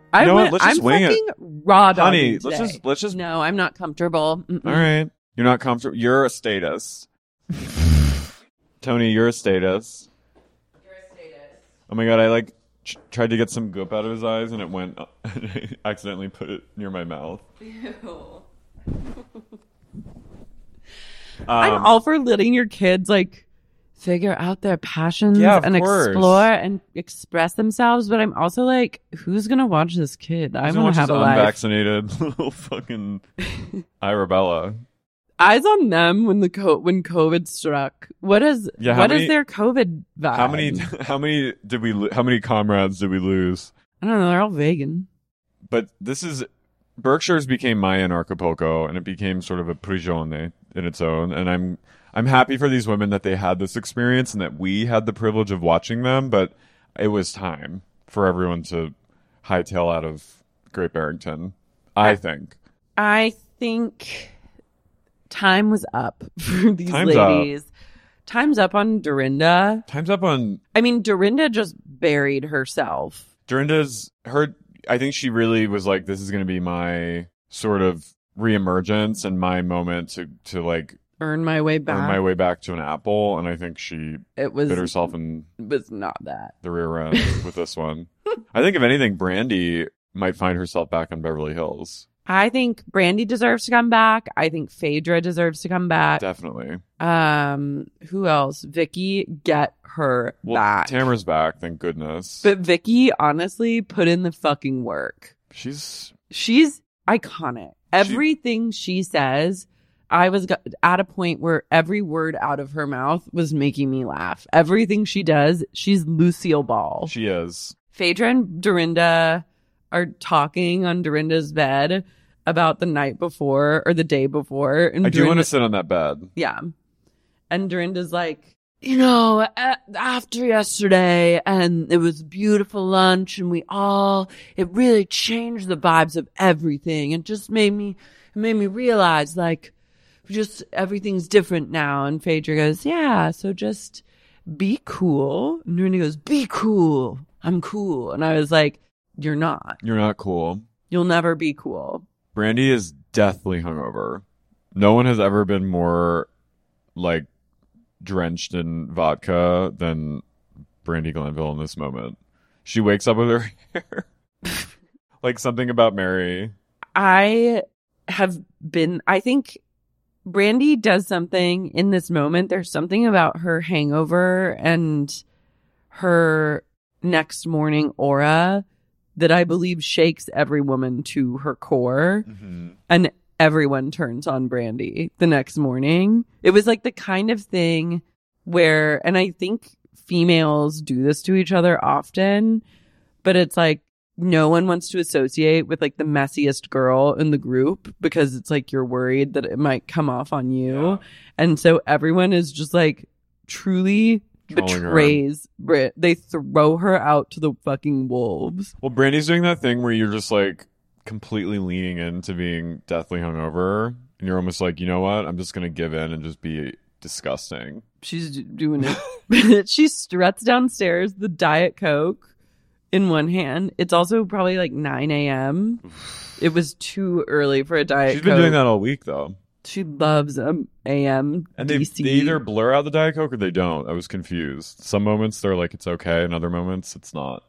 C: I
D: know what?
C: went-
D: Let's just
C: I'm
D: wing it.
C: fucking raw dogging
D: honey,
C: today.
D: let's just let's just
C: No, I'm not comfortable. Mm-mm.
D: All right. You're not comfortable. You're a status. Tony, you're a status. You're a status. Oh my god, I like tr- tried to get some goop out of his eyes and it went I accidentally put it near my mouth. Um,
C: I'm all for letting your kids like figure out their passions
D: Yeah, of
C: and
D: course.
C: explore and express themselves, but I'm also like, who's gonna watch this kid? I
D: He's
C: want
D: watch
C: to have
D: this
C: a life.
D: unvaccinated little fucking Irabella.
C: Eyes on them when the co- when COVID struck. What is
D: Yeah, how
C: what is
D: many-
C: their COVID vibe?
D: How many how many did we lo- how many comrades did we lose?
C: I don't know. They're all vegan.
D: But this is Berkshire's became Mayan archipelago, and it became sort of a prigione in its own. And I'm I'm happy for these women that they had this experience and that we had the privilege of watching them. But it was time for everyone to hightail out of Great Barrington. I think
C: I think time was up for these
D: Time's up.
C: ladies. Time's up on Dorinda.
D: time's up on
C: I mean, Dorinda just buried herself.
D: Dorinda's her. I think she really was like, this is going to be my sort of reemergence and my moment to to like
C: Earn my way back.
D: earn my way back to an apple. And I think she
C: it was
D: bit herself in
C: was not that.
D: the rear end with this one. I think if anything, Brandy might find herself back in Beverly Hills.
C: I think Brandy deserves to come back. I think Phaedra deserves to come back.
D: Definitely.
C: Um, who else? Vicky, get her
D: Well,
C: back.
D: Tamara's back, thank goodness.
C: but Vicky, honestly, put in the fucking work.
D: She's
C: She's iconic. Everything she says, I was go- at a point where every word out of her mouth was making me laugh. Everything she does, she's Lucille Ball.
D: she is.
C: Phaedra and Dorinda are talking on Dorinda's bed about the night before or the day before. And
D: I do want
C: Dorinda-
D: to sit on that bed.
C: yeah. And Dorinda's like, you know, a- after yesterday, and it was a beautiful lunch, and we all, it really changed the vibes of everything. It just made me, it made me realize like, just everything's different now. And Phaedra goes, yeah, so just be cool. And Dorinda goes, be cool. I'm cool. And I was like, you're not.
D: You're not cool.
C: You'll never be cool.
D: Brandy is deathly hungover. No one has ever been more like drenched in vodka than Brandy Glanville in this moment. She wakes up with her hair like something about Mary.
C: I have been, I think Brandy does something in this moment. There's something about her hangover and her next morning aura that I believe shakes every woman to her core.
D: Mm-hmm.
C: And everyone turns on Brandy the next morning. It was like the kind of thing where, and I think females do this to each other often, but it's like, no one wants to associate with like the messiest girl in the group because it's like you're worried that it might come off on you. And so everyone is just like truly
D: Trolling her.
C: betrays Brit. They throw her out to the fucking wolves.
D: Well, Brandy's doing that thing where you're just like completely leaning into being deathly hungover, and you're almost like, you know what? I'm just gonna give in and just be disgusting.
C: She's d- doing it. she struts downstairs, the Diet Coke in one hand. It's also probably like 9 a.m. It was too early for a Diet
D: She's
C: Coke.
D: been doing that all week though,
C: She loves um, a.m.
D: and they
C: DC.
D: they either blur out the diet coke or they don't. I was confused. Some moments they're like it's okay, and other moments it's not.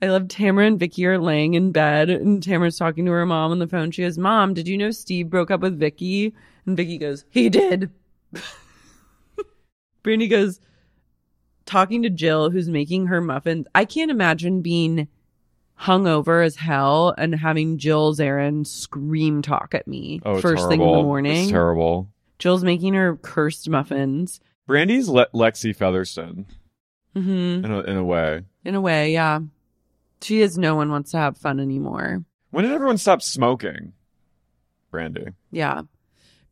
C: I love Tamara and Vicky are laying in bed, and Tamara's talking to her mom on the phone. She goes, "Mom, did you know Steve broke up with Vicky?" And Vicky goes, "He did." Brandy goes, talking to Jill, who's making her muffins. I can't imagine being hungover as hell and having Jill's errand scream talk at me
D: Oh, it's
C: first thing in
D: horrible.
C: the
D: It's
C: morning.
D: terrible.
C: Jill's making her cursed muffins.
D: Brandy's Le- Lexi Featherston
C: hmm
D: in a, in a way.
C: In a way, yeah. She is no one wants to have fun anymore.
D: When did everyone stop smoking? Brandy.
C: Yeah.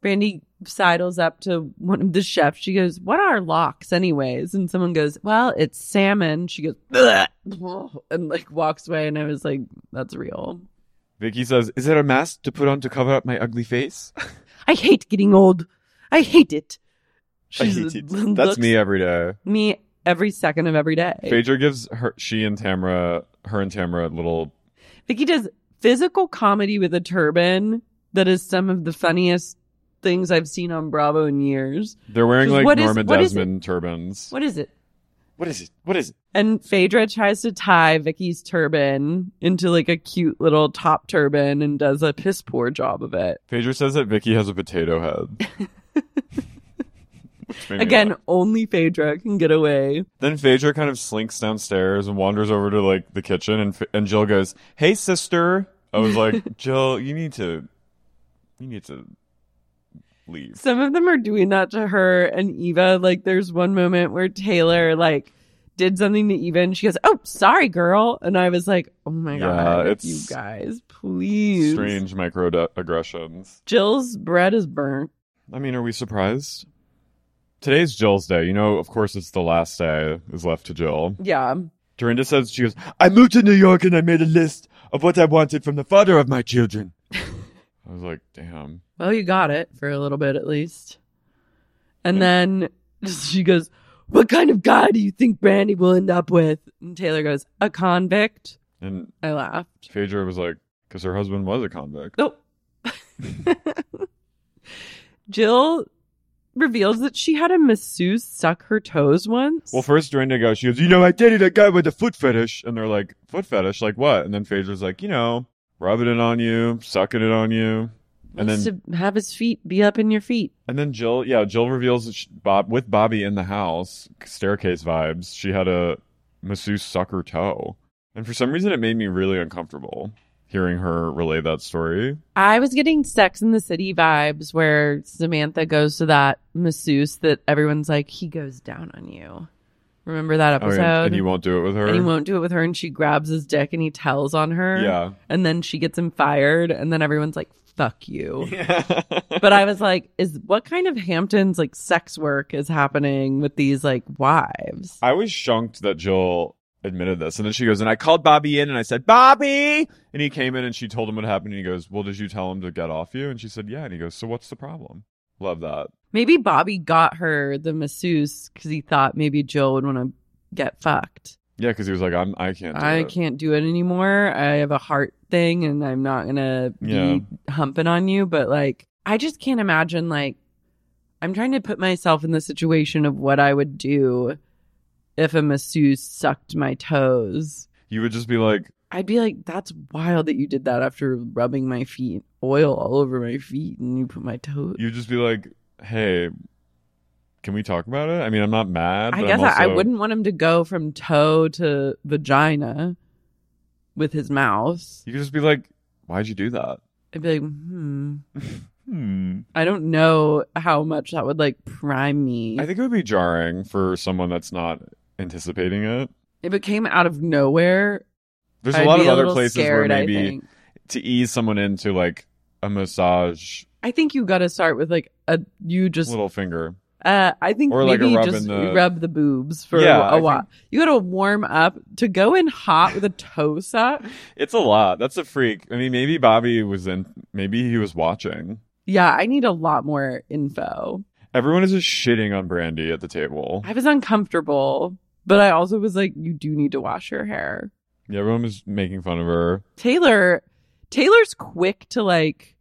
C: Brandy sidles up to one of the chefs. She goes, What are locks, anyways? And someone goes, Well, it's salmon. She goes, "Bleh," and like walks away. And I was like, That's real.
D: Vicky says, "Is there a mask to put on to cover up my ugly face?"
C: I hate getting old. I hate it.
D: I
C: She's-
D: hate it. That's
C: looks
D: me every day.
C: Me every second of every day.
D: Phaedra gives her, she and Tamara, her and Tamara, little.
C: Vicky does physical comedy with a turban that is some of the funniest things I've seen on Bravo in years.
D: They're wearing
C: She's,
D: like
C: "What is-
D: Norma
C: what is it?
D: Desmond turbans.
C: What is it?
D: what is it? What is it?
C: And Phaedra tries to tie Vicky's turban into like a cute little top turban and does a piss poor job of it.
D: Phaedra says that Vicky has a potato head. Which made me
C: Again,
D: laugh.
C: only Phaedra can get away.
D: Then Phaedra kind of slinks downstairs and wanders over to like the kitchen, and Ph- and Jill goes, "Hey, sister." I was like, "Jill, you need to, you need to leave."
C: Some of them are doing that to her and Eva. Like there's one moment where Taylor like did something to Eva and she goes, Oh, sorry, girl. And I was like, Oh my
D: Yeah,
C: god,
D: it's
C: you guys, please.
D: Strange microaggressions.
C: Jill's bread is burnt.
D: I mean, are we surprised? Today's Jill's day. You know, of course, it's the last day is left to Jill.
C: Yeah.
D: Dorinda says she goes, I moved to New York and I made a list of what I wanted from the father of my children. I was like, damn.
C: Well, you got it for a little bit at least. And
D: Hmm.
C: then she goes, What kind of guy do you think Brandy will end up with? And Taylor goes, A convict.
D: And
C: I laughed. Oh.
D: Phaedra was like, because her husband was a convict.
C: Nope. Jill reveals that she had a masseuse suck her toes once.
D: Well, first Dorinda goes, she goes, you know, I dated a guy with a foot fetish. And they're like, foot fetish? Like what? And then Phaedra's like, you know, rubbing it on you, sucking it on you. And then
C: Wants to have his feet be up in your feet.
D: And then Jill, yeah, Jill reveals that she, Bob with Bobby in the house, staircase vibes. She had a masseuse sucker toe, and for some reason, it made me really uncomfortable hearing her relay that story.
C: I was getting Sex in the City vibes where Samantha goes to that masseuse that everyone's like, he goes down on you. Remember that
D: Oh,
C: episode?
D: and, and you won't do it with her.
C: And he won't do it with her, and she grabs his dick and he tells on her.
D: Yeah.
C: And then she gets him fired, and then everyone's like, fuck you. but I was like, is what kind of Hamptons like sex work is happening with these like wives?
D: I was shunked that Jill admitted this, and then she goes, and I called Bobby in, and I said, Bobby, and he came in, and she told him what happened, and he goes, well, did you tell him to get off you? And she said, yeah, and he goes, so what's the problem? Love that.
C: Maybe Bobby got her the masseuse because he thought maybe Jill would want to get fucked.
D: Yeah, because he was like, I'm, I can't. Do
C: I
D: it.
C: can't do it anymore. I have a heart thing and I'm not going to be
D: Yeah.
C: humping on you. But like, I just can't imagine, like, I'm trying to put myself in the situation of what I would do if a masseuse sucked my toes.
D: You would just be like,
C: I'd be like, that's wild that you did that after rubbing my feet, oil all over my feet, and you put my toes.
D: you just be like, "Hey, can we talk about it?" I mean, I'm not mad.
C: I
D: but
C: guess
D: I'm
C: I, I
D: also-
C: wouldn't want him to go from toe to vagina with his mouth.
D: You could just be like, "Why'd you do that?"
C: I'd be like, hmm.
D: Hmm.
C: I don't know how much that would like prime me.
D: I think it would be jarring for someone that's not anticipating it.
C: if it came out of nowhere,
D: There's
C: I'd
D: a lot
C: be
D: of
C: a
D: other
C: little
D: places
C: scared,
D: where
C: I
D: maybe
C: think.
D: to ease someone into like a massage,
C: I think you got to start with like a you just.
D: little finger.
C: uh, I think
D: Or, like, a
C: maybe
D: rub
C: just
D: in the-
C: rub the boobs for
D: Yeah,
C: a
D: I
C: while.
D: think-
C: You got to warm up to go in hot with a toe suck.
D: It's a lot. That's a freak. I mean, maybe Bobby was in. Maybe he was watching.
C: Yeah, I need a lot more info.
D: Everyone is just shitting on Brandy at the table.
C: I was uncomfortable, but I also was like, you do need to wash your hair.
D: Yeah, everyone was making fun of her.
C: Taylor Taylor's quick to like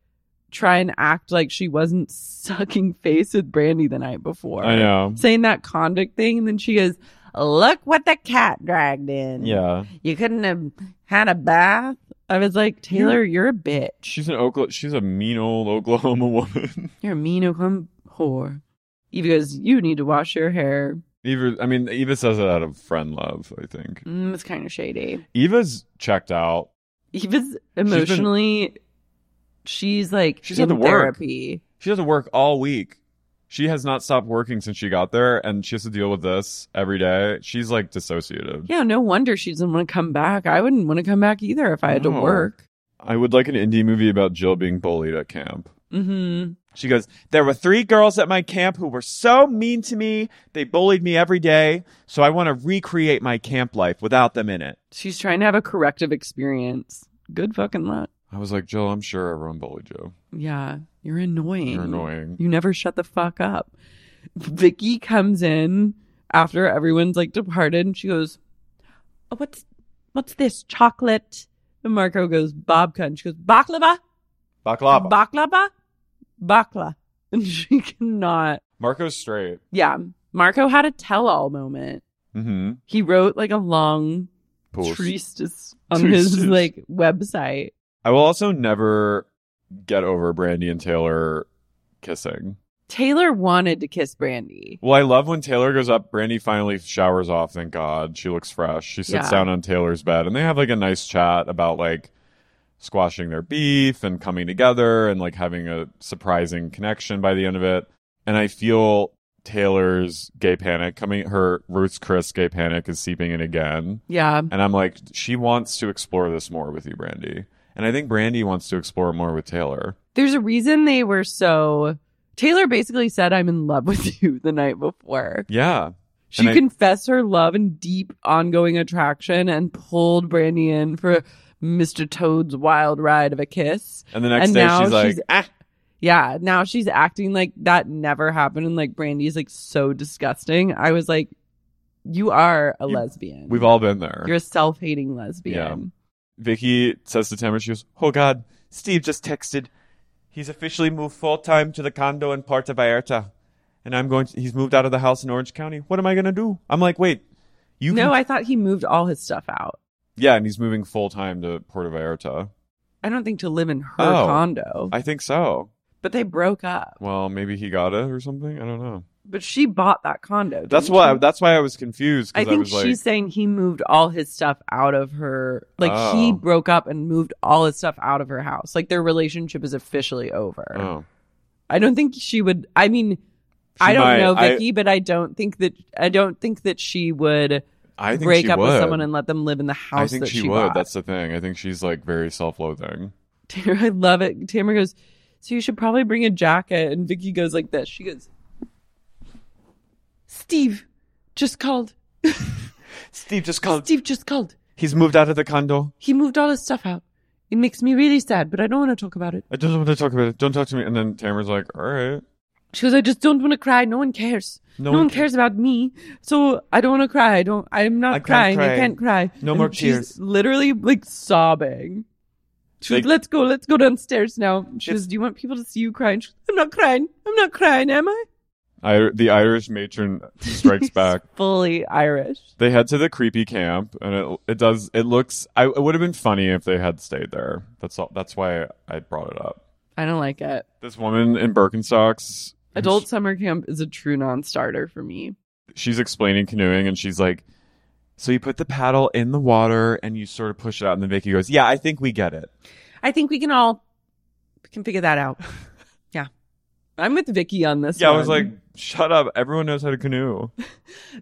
C: try and act like she wasn't sucking face with Brandy the night before.
D: I know.
C: Saying that convict thing and then she goes, look what the cat dragged in.
D: Yeah.
C: You couldn't have had a bath. I was like, Taylor, you're a bitch.
D: She's an Oklahoma. She's a mean old Oklahoma woman.
C: You're a mean Oklahoma whore. Eva goes, You need to wash your hair.
D: Eva. I mean, Eva says it out of friend love. I think
C: Mm, it's kind of shady.
D: Eva's checked out.
C: Eva's emotionally, she's, like,
D: She's
C: in
D: had to work.
C: therapy.
D: She has to work all week. She has not stopped working since she got there, and she has to deal with this every day. She's like dissociative.
C: Yeah, no wonder she doesn't want to come back. I wouldn't want to come back either if I had to
D: No.
C: work.
D: I would like an indie movie about Jill being bullied at camp.
C: Mm-hmm.
D: She goes, There were three girls at my camp who were so mean to me. They bullied me every day. So I want to recreate my camp life without them in it.
C: She's trying to have a corrective experience. Good fucking luck.
D: I was like, Jill, I'm sure everyone bullied you.
C: Yeah, you're annoying.
D: You're annoying.
C: You never shut the fuck up. Vicky comes in after everyone's like departed and she goes, oh, "What's what's this chocolate?" And Marco goes, "Babka." And she goes, "Baklava?
D: Baklava.
C: Baklava? Bakla." And she cannot.
D: Marco's straight.
C: Yeah, Marco had a tell-all moment.
D: Mm-hmm.
C: He wrote like a long treatise on his
D: Treatise.
C: like website.
D: I will also never get over Brandy and Taylor kissing.
C: Taylor wanted to kiss Brandy.
D: Well, I love when Taylor goes up. Brandy finally showers off. Thank God. She looks fresh. She sits
C: Yeah.
D: down on Taylor's bed and they have like a nice chat about like squashing their beef and coming together and like having a surprising connection by the end of it. And I feel Taylor's gay panic coming, her Ruth's Chris gay panic is seeping in again.
C: Yeah.
D: And I'm like, she wants to explore this more with you, Brandy. And I think Brandy wants to explore more with Taylor.
C: There's a reason they were so. Taylor basically said, I'm in love with you the night before.
D: Yeah.
C: She
D: And I-
C: confessed her love and deep ongoing attraction and pulled Brandy in for Mr. Toad's wild ride of a kiss.
D: And the next
C: and
D: day
C: now
D: she's like,
C: ah. Yeah, now she's acting like that never happened. And like Brandy's like so disgusting. I was like, you are a lesbian.
D: We've all been there.
C: You're a self hating lesbian.
D: Vicky says to Tamara, she goes, Oh God, Steve just texted. He's officially moved full time to the condo in Puerto Vallarta. And I'm going to, he's moved out of the house in Orange County. What am I going to do? I'm like, wait, you
C: No,
D: can-
C: I thought he moved all his stuff out.
D: yeah, and he's moving full time to Puerto Vallarta.
C: I don't think to live in her
D: Oh.
C: condo.
D: I think so.
C: but they broke up.
D: Well, maybe he got it or something. I don't know.
C: But she bought that condo.
D: That's
C: didn't
D: why,
C: she?
D: that's why I was confused. 'cause
C: I think
D: was like,
C: she's saying he moved all his stuff out of her. Like he
D: Oh.
C: broke up and moved all his stuff out of her house. Like their relationship is officially over.
D: oh.
C: I don't think she would. I mean, I
D: She
C: don't
D: might.
C: know
D: I-
C: Vicky, but I don't think that I don't think that she would
D: I think
C: break
D: she
C: up
D: would.
C: with someone and let them live in the house.
D: I think
C: that
D: she,
C: she,
D: would.
C: Bought.
D: That's the thing. I think she's like very self loathing.
C: Tamara, I love it. Tamara goes, so you should probably bring a jacket. And Vicky goes like this. She goes, Steve just called.
D: Steve just
C: Steve just called.
D: He's moved out of the condo.
C: He moved all his stuff out. It makes me really sad, but I don't want to talk about it.
D: I don't want to talk about it. Don't talk to me. And then Tamara's like, all right.
C: She goes, I just don't want to cry. No one cares. No, one, cares about me. So I don't want to cry. I don't, I'm not
D: I can't
C: crying. I
D: cry.
C: can't cry.
D: No more
C: she's
D: tears.
C: literally like sobbing. She goes,
D: Like-
C: let's go. Let's go downstairs now. She
D: It's-
C: goes, do you want people to see you crying? She goes, I'm not crying. I'm not crying, am I?
D: I, the Irish matron strikes back.
C: Fully Irish.
D: They head to the creepy camp, and it it does it looks. I it would have been funny if they had stayed there. That's all. That's why I brought it up.
C: I don't like it.
D: This woman in Birkenstocks.
C: Adult summer camp is a true non-starter for me.
D: She's explaining canoeing, and she's like, "So you put the paddle in the water, and you sort of push it out." And then Vicky goes, "Yeah, I think we get it."
C: I think we can all we can figure that out. yeah, I'm with Vicky on this.
D: Yeah, I was
C: one.
D: like, "Shut up! Everyone knows how to canoe."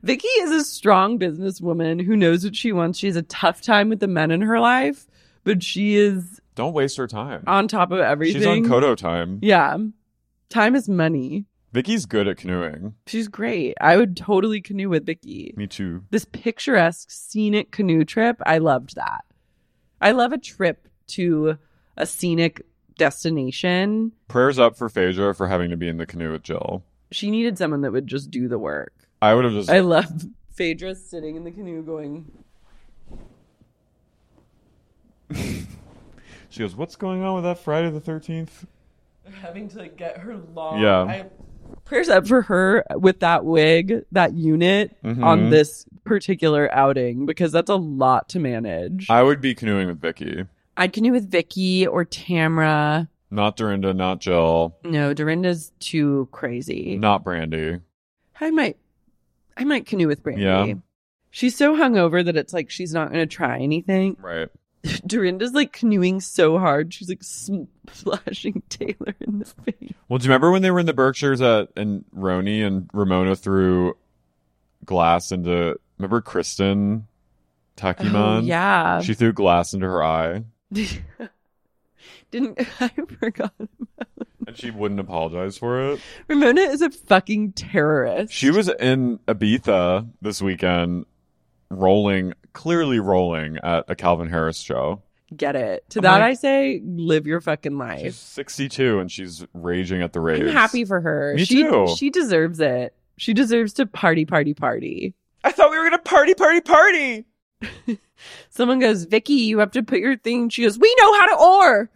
C: Vicky is a strong businesswoman who knows what she wants. She has a tough time with the men in her life, but she is
D: Don't waste her time.
C: on top of everything.
D: She's on Kodo time.
C: Yeah, time is money.
D: Vicky's good at canoeing.
C: She's great. I would totally canoe with Vicky.
D: Me too.
C: this picturesque scenic canoe trip. I loved that. I love a trip to a scenic destination.
D: Prayers up for Phaedra for having to be in the canoe with Jill.
C: She needed someone that would just do the work.
D: I would have just.
C: I love Phaedra sitting in the canoe going,
D: she goes, "What's going on with that Friday the Thirteenth?
C: having to like get her long.
D: Yeah.
C: I prayers up for her with that wig, that unit on
D: Mhm.
C: this particular outing because that's a lot to manage.
D: I would be canoeing with Vicky,
C: I'd canoe with Vicky or Tamra.
D: not Dorinda, not Jill,
C: No, Dorinda's too crazy.
D: not Brandy.
C: I might, I might canoe with Brandy.
D: Yeah.
C: She's so hungover that it's like she's not going to try anything.
D: Right.
C: Dorinda's like canoeing so hard, she's like sm- splashing Taylor in the face.
D: Well, do you remember when they were in the Berkshires at and Roni and Ramona threw glass into remember Kristen Takiman?
C: Oh, yeah.
D: She threw glass into her eye.
C: Didn't I forgot?
D: And she wouldn't apologize for it.
C: Ramona is a fucking terrorist.
D: She was in Ibiza this weekend, rolling, clearly rolling at a Calvin Harris show.
C: get it. To
D: I'm
C: that
D: like-
C: I say, live your fucking
D: She's
C: life.
D: 62 and she's raging at the raves.
C: I'm happy for her.
D: Me
C: she
D: too.
C: she deserves it. She deserves to party, party, party.
D: I thought we were going to party, party, party.
C: Someone goes, Vicky, you have to put your thing. She goes, We know how to oar.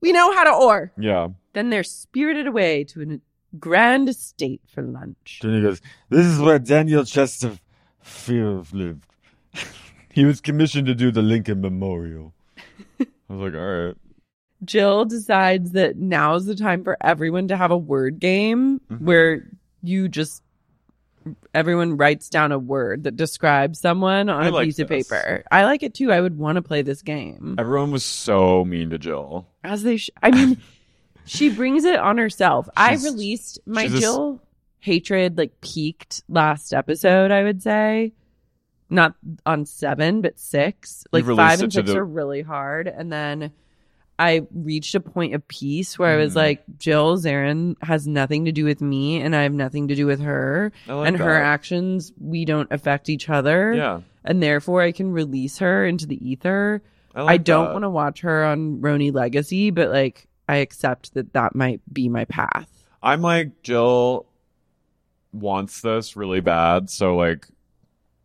C: We know how to oar.
D: Yeah.
C: Then they're spirited away to a grand estate for lunch.
F: Jenny goes, This is where Daniel Chesterfield lived. he was commissioned to do the Lincoln Memorial.
D: I was like, all right.
C: Jill decides that now's the time for everyone to have a word game
D: Mm-hmm.
C: where you just everyone writes down a word that describes someone on
D: I
C: a
D: like
C: piece of
D: this.
C: paper. I like it too. I would want to play this game.
D: Everyone was so mean to Jill.
C: As they sh- I mean she brings it on herself. I
D: She's-
C: released my
D: she's a s-
C: Jill hatred like peaked last episode, I would say. Not on 7 but 6. Like
D: released
C: 5
D: it
C: and
D: to
C: 6
D: the-
C: are really hard and then I reached a point of peace where I was
D: Mhm.
C: like, Jill Zarin has nothing to do with me and I have nothing to do with her.
D: I like
C: and her
D: that.
C: actions, we don't affect each other.
D: Yeah.
C: And therefore, I can release her into the ether.
D: I,
C: I,
D: like
C: don't
D: that.
C: want to watch her on Roni Legacy, but like, I accept that that might be my path.
D: I'm like, Jill wants this really bad. So, like,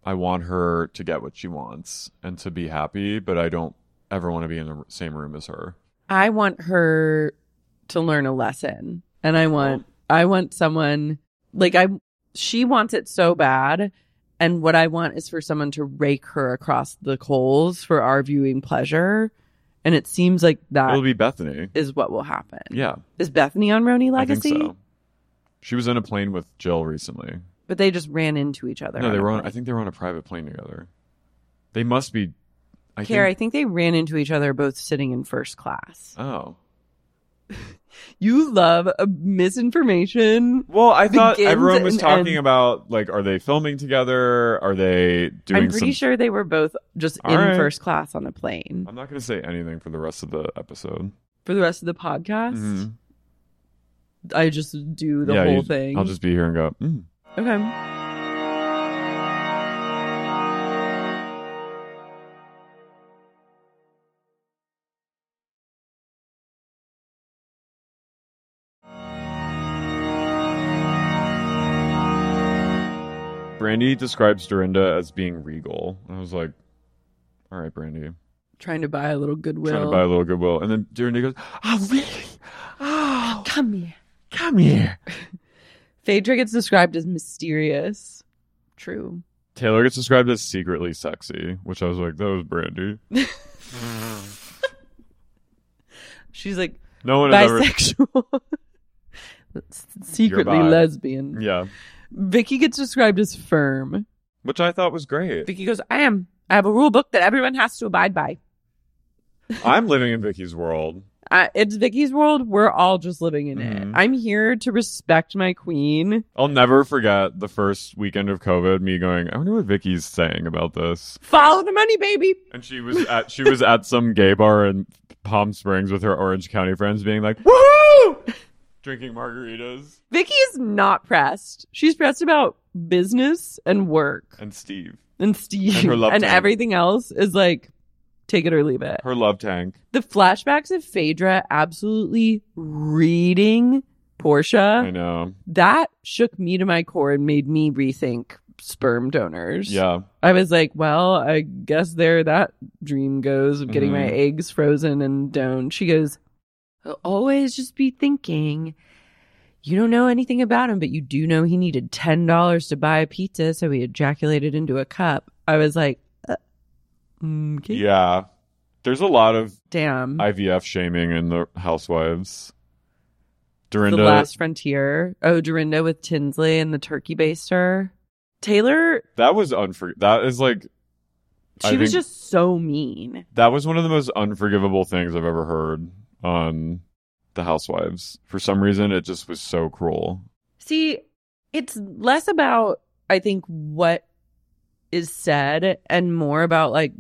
D: I want her to get what she wants and to be happy, but I don't ever want to be in the r- same room as her.
C: I want her to learn a lesson. And I want
D: Oh.
C: I want someone like I she wants it so bad and what I want is for someone to rake her across the coals for our viewing pleasure and it seems like that
D: It'll
C: is
D: be Bethany.
C: what will happen.
D: Yeah.
C: Is Bethany on Roni Legacy?
D: I think so. She was in a plane with Jill recently.
C: But they just ran into each other.
D: no, they
C: a
D: were on.
C: plane.
D: I think they were on a private plane together. They must be. I
C: Care, I
D: think.
C: think they ran into each other both sitting in first class.
D: Oh.
C: You love uh, misinformation.
D: Well, I thought
C: Begins
D: everyone was
C: and
D: talking
C: ends.
D: about like, are they filming together? Are they doing?
C: I'm pretty
D: some-
C: sure they were both just
D: All
C: in
D: right.
C: first class on a plane.
D: I'm not going to say anything for the rest of the episode.
C: for the rest of the podcast.
D: Mhm.
C: I just do the
D: Yeah,
C: whole
D: you-
C: thing.
D: I'll just be here and go. Mm.
C: okay.
D: Brandy describes Dorinda as being regal. I was like, all right, Brandy,
C: Trying to buy a little Goodwill.
D: trying to buy a little goodwill, and then Dorinda goes, "Oh, really? Oh,
C: Come here.
D: come here."
C: Phaedra gets described as mysterious. True.
D: Taylor gets described as secretly sexy, which I was like, that was Brandy.
C: She's like
D: No one has ever.
C: bisexual. S- Secretly
D: bi.
C: lesbian.
D: Yeah,
C: Vicky gets described as firm.
D: which I thought was great.
C: Vicky goes, I am. I have a rule book that everyone has to abide by.
D: I'm living in Vicky's world.
C: I, it's Vicky's world. We're all just living in it.
D: Mhm.
C: I'm here to respect my queen.
D: I'll never forget the first weekend of COVID. Me going, I wonder what Vicky's saying about this.
C: Follow the money, baby.
D: And she was at she was at some gay bar in Palm Springs with her Orange County friends, being like, "Woo!"
C: Woohoo!
D: drinking margaritas.
C: Vicky is not pressed. She's pressed about business and work
D: And Steve,
C: and Steve
D: And her love tank.
C: everything else is like take it or leave it.
D: her love tank.
C: The flashbacks of Phaedra absolutely reading
D: I
C: Portia,
D: know.
C: that shook me to my core and made me rethink sperm donors.
D: Yeah,
C: I was like, well, I guess there that dream goes of getting my
D: Mhm.
C: eggs frozen and down. She goes, I'll always just be thinking, You don't know anything about him, but you do know he needed $10 to buy a pizza, so he ejaculated into a cup. I was like, uh, mm, okay,
D: Yeah. There's a lot of
C: damn.
D: IVF shaming in the Housewives.
C: the
D: Dorinda.
C: Last Frontier. Oh, Dorinda with Tinsley and the turkey baster. Taylor,
D: that was unfor. That is like
C: she
D: I
C: was
D: think-
C: just so mean.
D: that was one of the most unforgivable things I've ever heard on the Housewives. For some reason, it just was so cruel.
C: See, it's less about I think what is said and more about like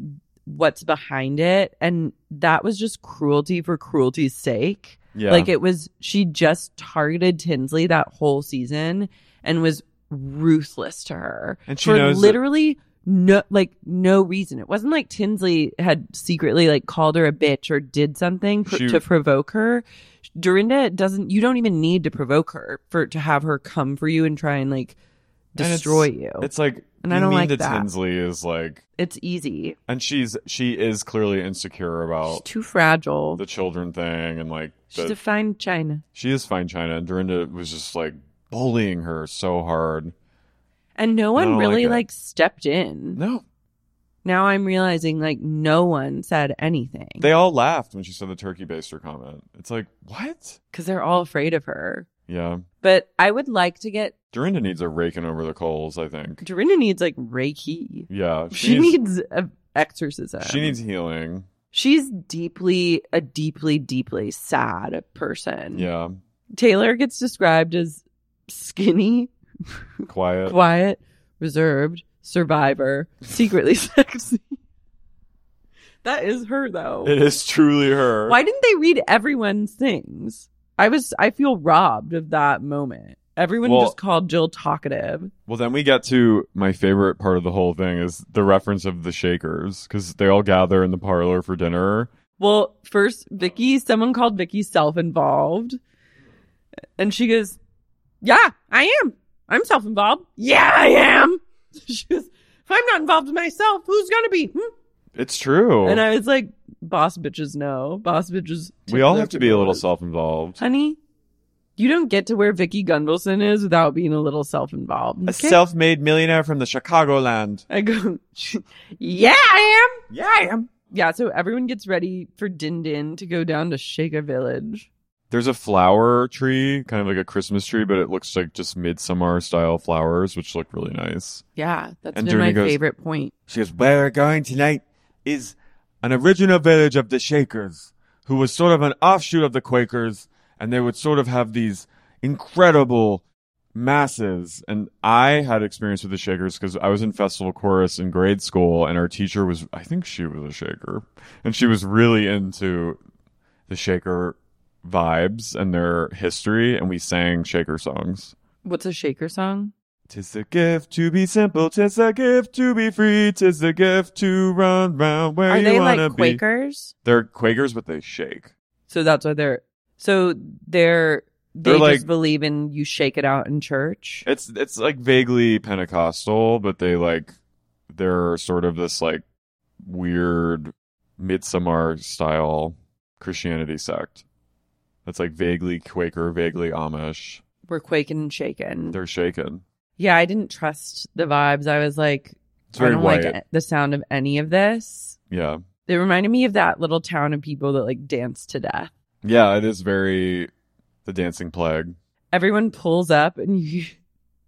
C: what's behind it and that was just cruelty for cruelty's sake.
D: Yeah.
C: Like it was she just targeted Tinsley that whole season and was ruthless to her.
D: And she
C: for
D: knows that-
C: literally no like no reason. It wasn't like Tinsley had secretly like called her a bitch or did something pr-
D: She-
C: to provoke her. Dorinda doesn't you don't even need to provoke her for to have her come for you and try and like
D: And it's-
C: destroy you. It's,
D: It's like
C: And I
D: being
C: don't
D: mean
C: like
D: to
C: that.
D: Tinsley is like,
C: easy.
D: and she's she is clearly insecure
C: She's
D: about
C: too fragile.
D: the children thing and like the,
C: She's a fine china.
D: she is fine China and Dorinda was just like bullying her so hard.
C: And no
D: I
C: one
D: don't like
C: really
D: it.
C: like, stepped in.
D: No,
C: Now I'm realizing like no one said anything
D: they all laughed when she said the turkey baster comment. It's like what?
C: because they're all afraid of her.
D: Yeah,
C: But I would like to get
D: Dorinda needs a raking over the coals. I think.
C: Dorinda needs like Reiki.
D: Yeah,
C: She needs a exorcism.
D: she needs healing.
C: She's deeply a deeply deeply sad person.
D: Yeah,
C: Taylor gets described as skinny,
D: quiet.
C: quiet, reserved, survivor, secretly sexy. That is her though.
D: It is truly her.
C: Why didn't they read everyone's things? I was I feel robbed of that moment. Everyone
D: Well-
C: just called Jill talkative.
D: Well, then we get to my favorite part of the whole thing is the reference of the Shakers because they all gather in the parlor for dinner.
C: Well, first, Vicky, someone called Vicky self involved. And she goes, Yeah, I am. I'm self involved. Yeah, I am. She goes, If I'm not involved myself, who's going to be? Hmm?
D: It's true.
C: And I was like, Boss bitches, no. Boss bitches.
D: we all
C: tickler
D: have to be a little
C: tickler."
D: self involved.
C: Honey, you don't get to where Vicky Gunvalson is without being a little self involved.
D: self made millionaire from the Chicagoland.
C: I go, Yeah, I am. Yeah, I am. Yeah, so everyone gets ready for Din Din to go down to Shaker Village.
D: There's a flower tree, kind of like a Christmas tree, but it looks like just midsummer style flowers, which look really nice.
C: Yeah, that's
D: And
C: been my
D: Dorinda goes-
C: favorite point.
F: She goes, Where we're going tonight is an original village of the Shakers, who was sort of an offshoot of the Quakers, and they would sort of have these incredible
D: masses and i had experience with the shakers because i was in festival chorus in grade school and our teacher was i think she was a shaker and she was really into the shaker vibes and their history and we sang shaker songs
C: What's a shaker song?
D: tis the gift to be simple tis the gift to be free tis the gift to run round where
C: Are
D: you
C: they
D: wanna
C: like
D: be
C: Quakers?
D: they're quakers but they shake
C: So that's why they're so they're they
D: They're like-
C: just believe in you shake it out in church.
D: It's it's like vaguely Pentecostal, but they like they're sort of this like weird midsummer style Christianity sect. That's like vaguely Quaker, vaguely Amish.
C: We're quaking and shaking.
D: They're shaken.
C: yeah, I didn't trust the vibes. I was like,
D: It's
C: I
D: very
C: don't
D: white.
C: like the sound of any of this.
D: yeah.
C: It reminded me of that little town of people that like dance to death.
D: Yeah, it is very the dancing plague.
C: Everyone pulls up and you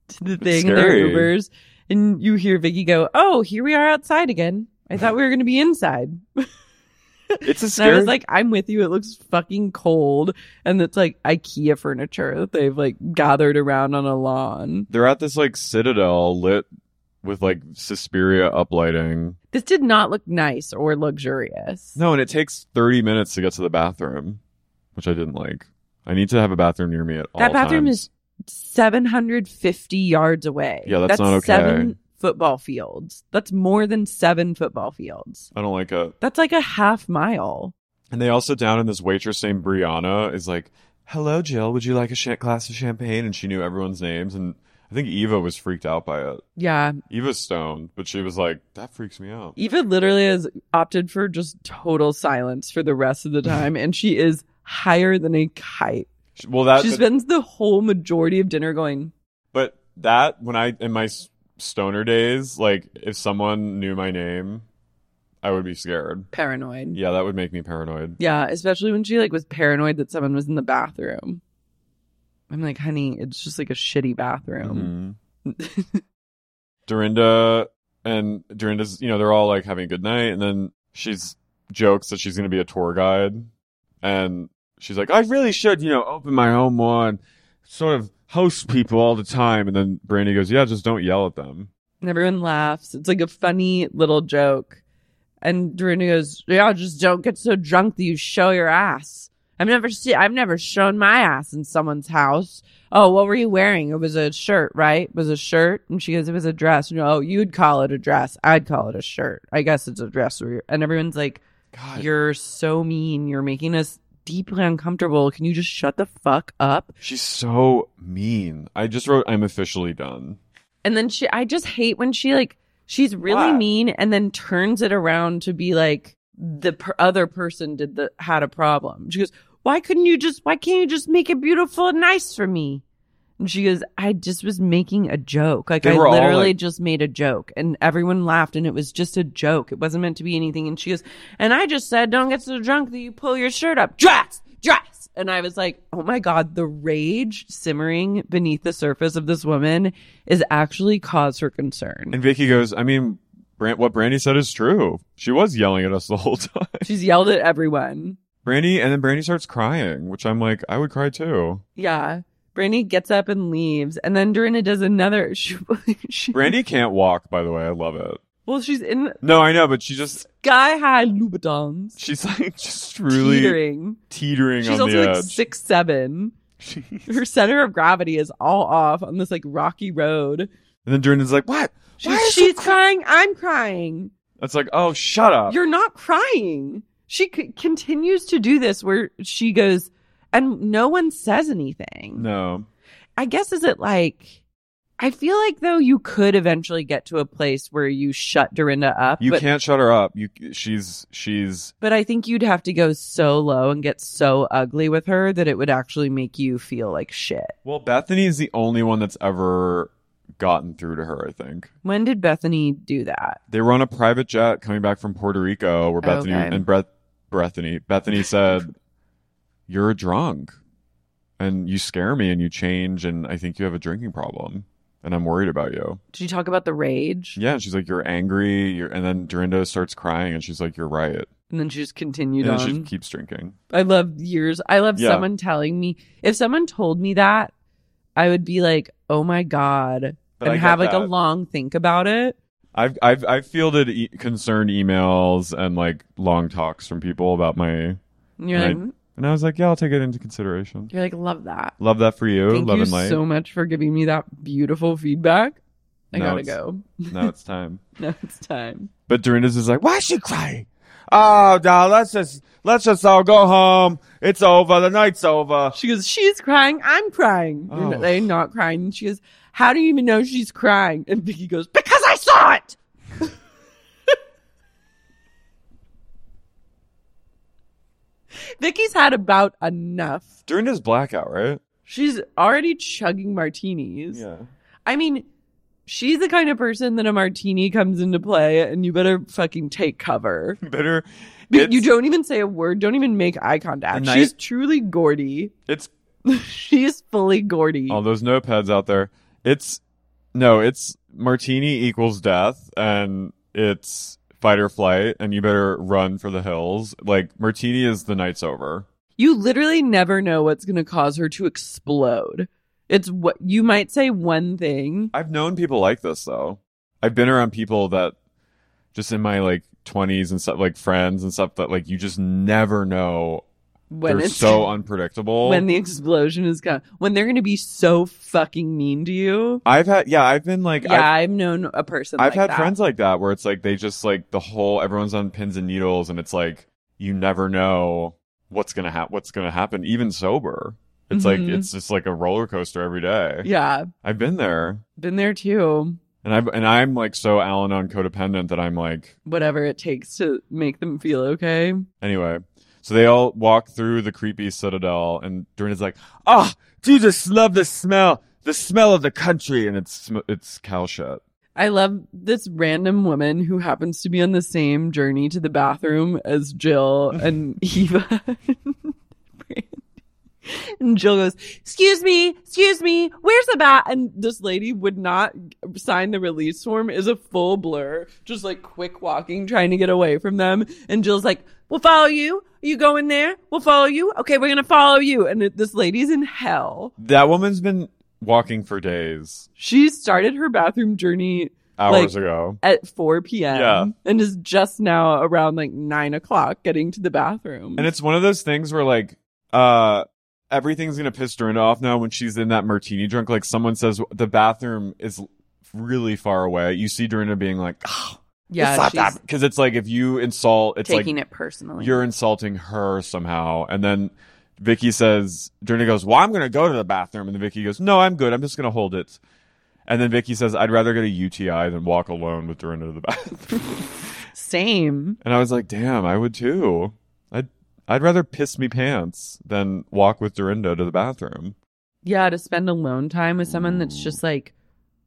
C: to the thing, their
D: scary.
C: Ubers, and you hear Vicky go, "Oh, here we are outside again." I thought we were going to be inside.
D: It's a
C: And
D: scary
C: I was like, I'm with you. It looks fucking cold. And it's like IKEA furniture that they've like gathered around on a lawn.
D: they're at this like citadel lit with like Suspiria uplighting.
C: This did not look nice or luxurious.
D: No, and it takes 30 minutes to get to the bathroom, which I didn't like. I need to have a bathroom near me at all
C: That bathroom
D: times.
C: is 750 yards away.
D: Yeah, that's not okay.
C: Seven football fields. That's more than seven football fields.
D: I don't like it.
C: That's like a half mile.
D: And they also down in this waitress named Brianna is like, "Hello, Jill. Would you like a sh- glass of champagne?" And she knew everyone's names, and I think Eva was freaked out by it.
C: Yeah.
D: Eva's stoned, but she was like, "That freaks me out."
C: Eva literally has opted for just total silence for the rest of the time. and she is higher than a kite.
D: Sh- Well, that
C: she
D: but-
C: spends the whole majority of dinner going,
D: But that when I in my s- stoner days, like if someone knew my name, I would be scared.
C: paranoid.
D: Yeah, that would make me paranoid.
C: Yeah, especially when she like was paranoid that someone was in the bathroom. I'm like, honey, it's just like a shitty bathroom.
D: Mhm. Dorinda and Dorinda's, you know, they're all like having a good night, and then she's jokes that she's going to be a tour guide, and she's like,
F: I really should, you know, open my home more and sort of host people all the time.
D: and then Brandy goes, yeah, just don't yell at them.
C: and everyone laughs. It's like a funny little joke. And Dorinda goes, "Yeah, just don't get so drunk that you show your ass." I've never seen, I've never shown my ass in someone's house. Oh, what were you wearing? It was a shirt, right? It was a shirt. And she goes, "It was a dress." And, oh, you'd call it a dress. I'd call it a shirt. I guess it's a dress. where you're-" And everyone's like, "You're so mean. You're making us deeply uncomfortable. Can you just shut the fuck up?"
D: She's so mean. I just wrote, I'm officially done.
C: And then she, I just hate when she like, she's really
F: Why?
C: mean and then turns it around to be like, the per- other person did the, had a problem. She goes, why couldn't you just, why can't you just make it beautiful and nice for me? And she goes, I just was making a joke. Like
D: They
C: I
D: were all,
C: literally
D: like-
C: just made a joke and everyone laughed and it was just a joke. It wasn't meant to be anything. And she goes, and I just said, don't get so drunk that you pull your shirt up. Dress, dress. And I was like, oh my God, the rage simmering beneath the surface of this woman is actually cause for concern.
D: And Vicky goes, I mean, Brand- what Brandy said is true. She was yelling at us the whole time.
C: She's yelled at everyone.
D: Brandy, and then Brandy starts crying, which I'm like, I would cry too.
C: Yeah. Brandy gets up and leaves. And then Dorinda does another. She, she,
D: Brandy can't walk, by the way. I love it.
C: well, she's in
D: No, I know, but she just,
C: sky high Louboutins.
D: she's like just really teetering,
C: teetering.
D: on
C: She's
D: the
C: also
D: edge.
C: like six seven. Her center of gravity is all off on this like rocky road.
D: and then Jordan's like, what?
C: She's, she's crying. I'm crying.
D: That's like, oh, shut up.
C: You're not crying. She c- continues to do this where she goes, and no one says anything.
D: no.
C: I guess is it like I feel like though you could eventually get to a place where you shut Dorinda up.
D: You
C: but,
D: can't shut her up. You, she's, she's,
C: but I think you'd have to go so low and get so ugly with her that it would actually make you feel like shit.
D: well, Bethany is the only one that's ever gotten through to her, I think.
C: When did Bethany do that?
D: They were on a private jet coming back from Puerto Rico where Bethany
C: Okay.
D: and Breth Bethany Bethany said, You're drunk and you scare me and you change and I think you have a drinking problem and I'm worried about you.
C: Did she talk about the rage?
D: Yeah, and she's like, You're angry, you're and then Dorinda starts crying and she's like, You're right.
C: And then she just continued on.
D: and then she keeps drinking.
C: I love years. I love
D: Yeah.
C: someone telling me if someone told me that, I would be like, "Oh my god,"
D: But I
C: and
D: get
C: have like a
D: that.
C: long think about it.
D: I've I've I've fielded e- concerned emails and like long talks from people about my
C: And you're
D: Right.
C: like,
D: and I was like, Yeah, I'll take it into consideration.
C: you're like, love that.
D: Love that for you.
C: Thank
D: Love
C: you
D: and light.
C: so much for giving me that beautiful feedback. I
D: Now
C: gotta
D: it's-
C: go.
D: now it's time.
C: Now it's time.
D: But Dorinda's is like,
F: Why is she crying? Oh, now let's just let's just all go home. It's over. The night's over.
C: She goes, she's crying. I'm crying. You're not-
F: Oh.
C: They're not crying. And she goes, how do you even know she's crying? And Vicky goes, because I saw it. Vicky's had about enough.
D: Dorinda's blackout, right?
C: She's already chugging martinis. I mean, she's the kind of person that a martini comes into play and you better fucking take cover.
D: Better.
C: You-
D: It's,
C: you don't even say a word, don't even make eye contact.
D: And I-
C: She's truly Gordy.
D: It's
C: she is fully Gordy.
D: all those notepads out there. It's no. It's martini equals death, and it's fight or flight, and you better run for the hills. Like martini is the night's over.
C: you literally never know what's going to cause her to explode. It's what you might say one thing.
D: I've known people like this though. I've been around people that just in my like twenties and stuff, like friends and stuff that like you just never know.
C: When
D: They're
C: it's
D: so unpredictable.
C: when the explosion is coming, when they're going to be so fucking mean to you.
D: I've had yeah, I've been like I've-
C: yeah, I've, known a person.
D: I've
C: like
D: had
C: that.
D: friends like that where it's like they just like the whole everyone's on pins and needles and it's like you never know what's gonna happen what's gonna happen even sober. It's like
C: Mhm.
D: it's just like a roller coaster every day.
C: Yeah,
D: I've been there,
C: been there too.
D: and I've and I'm like so Al-Anon codependent that I'm like
C: Whatever it takes to make them feel okay.
D: anyway. So they all walk through the creepy citadel, and Dorinda's like,
F: Ah, do you just love the smell? The smell of the country, and it's
D: "Sm- "It's cow shit."
C: I love this random woman who happens to be on the same journey to the bathroom as Jill and Eva. and Jill goes, "Excuse me, excuse me, where's the bat?" And this lady would not sign the release form. Is a full blur, just like quick walking, trying to get away from them. And Jill's like, "We'll follow you. Are you going there? We'll follow you. Okay, we're gonna follow you." And it, this lady's in hell.
D: That woman's been walking for days,
C: She started her bathroom journey
D: hours
C: Like,
D: ago.
C: at 4 p.m.
D: Yeah.
C: And is just now around like 9 o'clock getting to the bathroom.
D: And it's one of those things where like uh everything's gonna piss Dorinda off now when she's in that martini drunk. Like someone says the bathroom is really far away. You see Dorinda being like, "Ah,
C: yeah,
D: it's not
C: she's
D: that because it's like if you insult, it's like
C: taking it personally.
D: you're insulting her somehow. And then Vicky says, Dorinda goes, "Well, I'm gonna go to the bathroom," and then Vicky goes, "No, I'm good. I'm just gonna hold it." And then Vicky says, "I'd rather get a UTI than walk alone with Dorinda to the bathroom."
C: Same.
D: And I was like, damn, I would too. I'd I'd rather piss me pants than walk with Dorinda to the bathroom.
C: Yeah, to spend alone time with someone that's just like,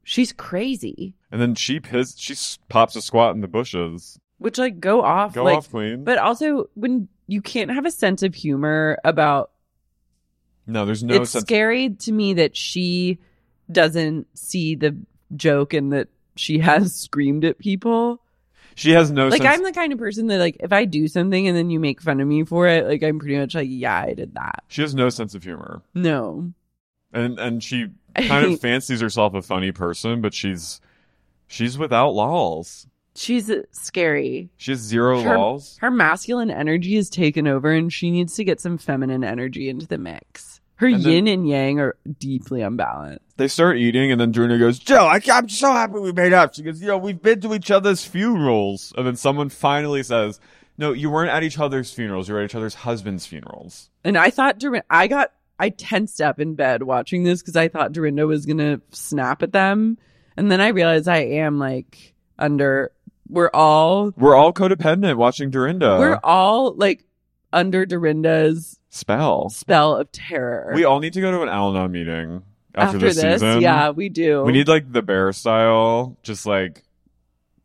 C: she's crazy.
D: And then she piss she s- pops a squat in the bushes.
C: Which, like, go off.
D: Go
C: like-
D: off, queen.
C: But also, when you can't have a sense of humor about
D: No, there's no
C: it's
D: sense.
C: scary to me that she doesn't see the joke and that she has screamed at people.
D: She has no
C: like
D: sense.
C: I'm the kind of person that like if I do something and then you make fun of me for it, like I'm pretty much like, yeah, I did that.
D: she has no sense of humor.
C: No.
D: And and she kind of fancies herself a funny person, but she's she's without lols.
C: She's uh, scary.
D: She has zero
C: Her-
D: lols.
C: Her masculine energy is taken over and she needs to get some feminine energy into the mix. Her
D: And then-
C: yin and yang are deeply unbalanced.
D: They start eating, and then Dorinda goes,
F: Jill. I, I'm so happy we made up. She goes, you know, we've been to each other's
D: funerals. And then someone finally says, No, you weren't at each other's funerals. You were at each other's husband's funerals.
C: And I thought Dorinda, I got, I tensed up in bed watching this because I thought Dorinda was going to snap at them. And then I realized I am like under, we're all,
D: We're all codependent watching Dorinda.
C: we're all like under Dorinda's
D: spell.
C: spell of terror.
D: We all need to go to an Al Anon meeting after, this, season.
C: yeah, we do.
D: We need like the bear style, just like,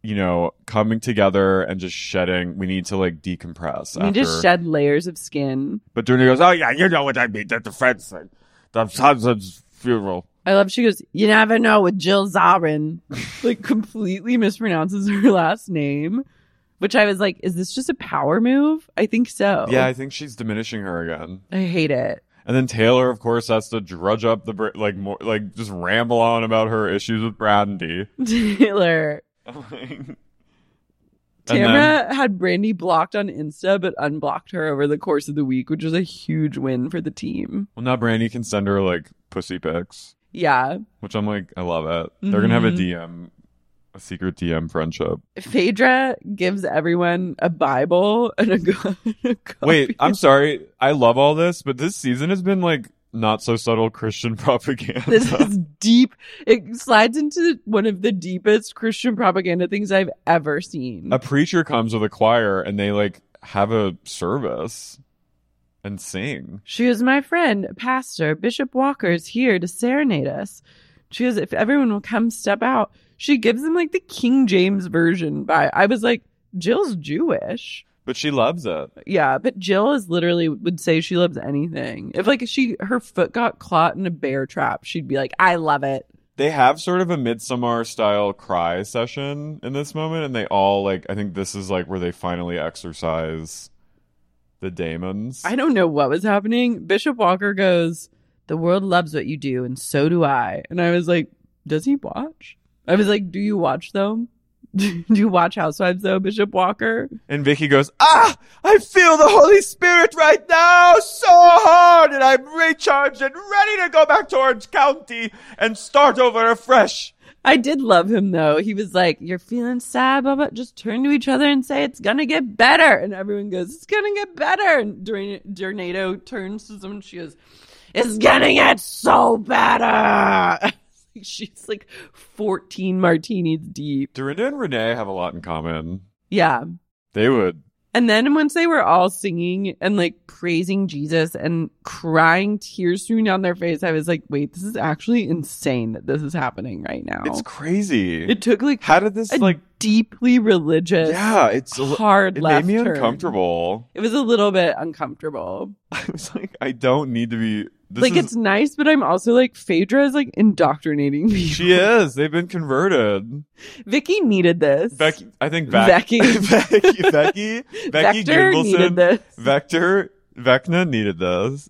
D: you know, coming together and just shedding. We need to like decompress.
C: We need
D: after.
C: to shed layers of skin.
F: But Dorinda goes, oh yeah, you know what I mean. That's the French thing. The husband's funeral.
C: I love. She goes. You never know with Jill Zarin, like completely mispronounces her last name, which I was like, is this just a power move? I think so.
D: Yeah, I think she's diminishing her again.
C: I hate it.
D: Oh. And then Taylor, of course, has to drudge up the, br- like, more, like, just ramble on about her issues with Brandy.
C: Taylor.
D: And then-
C: Tamara had Brandy blocked on Insta, but unblocked her over the course of the week, which was a huge win for the team.
D: well, now Brandy can send her, like, pussy pics.
C: Yeah.
D: which I'm like, I love it. They're gonna have
C: Mm-hmm.
D: a DM, a secret DM friendship.
C: Phaedra gives everyone a Bible and a, go- a copy.
D: Wait, I'm sorry. I love all this, but this season has been like not so subtle Christian propaganda.
C: This is deep. It slides into one of the deepest Christian propaganda things I've ever seen.
D: a preacher comes with a choir and they like have a service and sing.
C: She is my friend, Pastor Bishop Walker is here to serenade us. She goes, if everyone will come step out, she gives them like the King James version. By I was like, Jill's Jewish,
D: But she loves it.
C: yeah, but Jill is literally would say she loves anything. If like she her foot got caught in a bear trap, she'd be like, I love it.
D: They have sort of a midsummer style cry session in this moment, and they all like I think this is like where they finally exercise the demons.
C: I don't know what was happening. Bishop Walker goes, The world loves what you do, and so do I. And I was like, Does he watch? I was like, Do you watch though? do you watch Housewives though, Bishop Walker?
D: And Vicky goes, Ah, I feel the Holy Spirit right now so hard, and I'm recharged and ready to go back to Orange County and start over afresh.
C: I did love him though. He was like, You're feeling sad, blah, blah. Just turn to each other and say, It's gonna get better. And everyone goes, It's gonna get better. And Dorn- Dornado turns to someone and she goes, It's gonna get so better. She's like 14 martinis deep.
D: Dorinda and Renee have a lot in common.
C: Yeah.
D: They would
C: And then once they were all singing and like praising Jesus and crying tears streaming down their face, I was like, wait, this is actually insane that this is happening right now.
D: It's crazy.
C: it took like
D: How did this
C: a
D: like?
C: deeply religious.
D: Yeah, it's a li-
C: hard
D: It made
C: left
D: me
C: turn.
D: uncomfortable.
C: It was a little bit uncomfortable.
D: I was like, I don't need to be. This
C: like
D: is,
C: it's nice, but I'm also like Phaedra is like indoctrinating me.
D: she is. They've been converted.
C: Vicky needed this.
D: Becky, I think Beck,
C: Becky.
D: Becky, Becky, Becky
C: Vector needed
D: Gunvalson,
C: this.
D: Vector, Vecna needed this.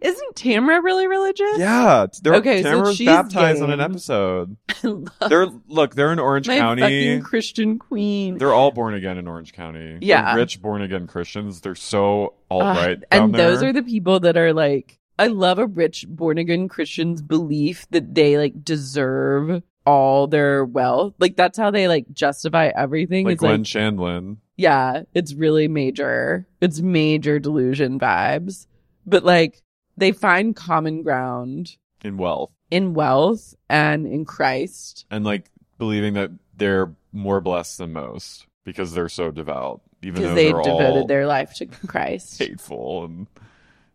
C: Isn't Tamra really religious?
D: Yeah, they're,
C: Okay, so
D: Tamara was
C: she's
D: baptized on an
C: game.
D: episode.
C: I love
D: They're look, they're in Orange
C: my
D: County.
C: fucking Christian queen.
D: They're all born again in Orange County. They're
C: Yeah.
D: rich born again Christians. They're so alt
C: Ugh,
D: right.
C: and those are the people that are like, I love a rich born again Christian's belief that they like deserve all their wealth. Like that's how they like justify everything.
D: like
C: it's like,
D: Gwen Shandlin.
C: yeah, it's really major. It's major delusion vibes. But like they find common ground
D: in wealth
C: in wealth and in Christ.
D: and like believing that they're more blessed than most because they're so devout, even
C: Because
D: though
C: they
D: are all
C: devoted their life to Christ.
D: hateful and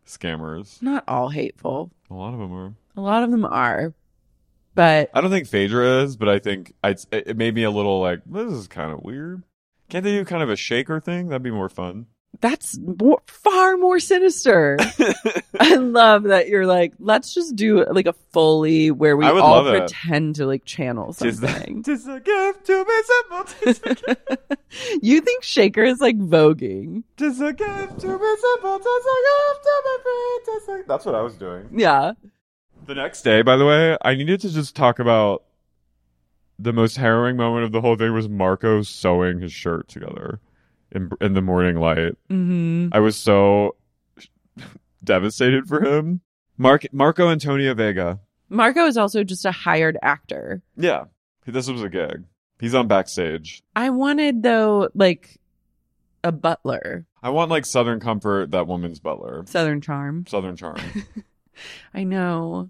D: scammers.
C: Not all hateful.
D: A lot of them are.
C: A lot of them are. But
D: I don't think Phaedra is, but I think I'd, it made me a little like this is kind of weird. Can't they do kind of a shaker thing? That'd be more fun.
C: that's more, far more sinister. I love that you're like, let's just do like a fully where we
D: I would
C: all
D: love it.
C: pretend to like channel
D: Tis the-
C: something.
D: tis a gift to be simple. Tis a,
C: you think Shaker is like voguing.
D: tis a gift to be simple. Tis a gift to be free. Tis a... That's what I was doing.
C: Yeah.
D: The next day, by the way, I needed to just talk about the most harrowing moment of the whole thing was Marco sewing his shirt together in in the morning light.
C: Mm-hmm.
D: I was so devastated for him. Mark Marco Antonio Vega.
C: Marco is also just a hired actor.
D: Yeah, this was a gig. He's on backstage.
C: I wanted though like a butler,
D: I want like Southern Comfort, that woman's butler,
C: Southern Charm.
D: Southern Charm.
C: I know.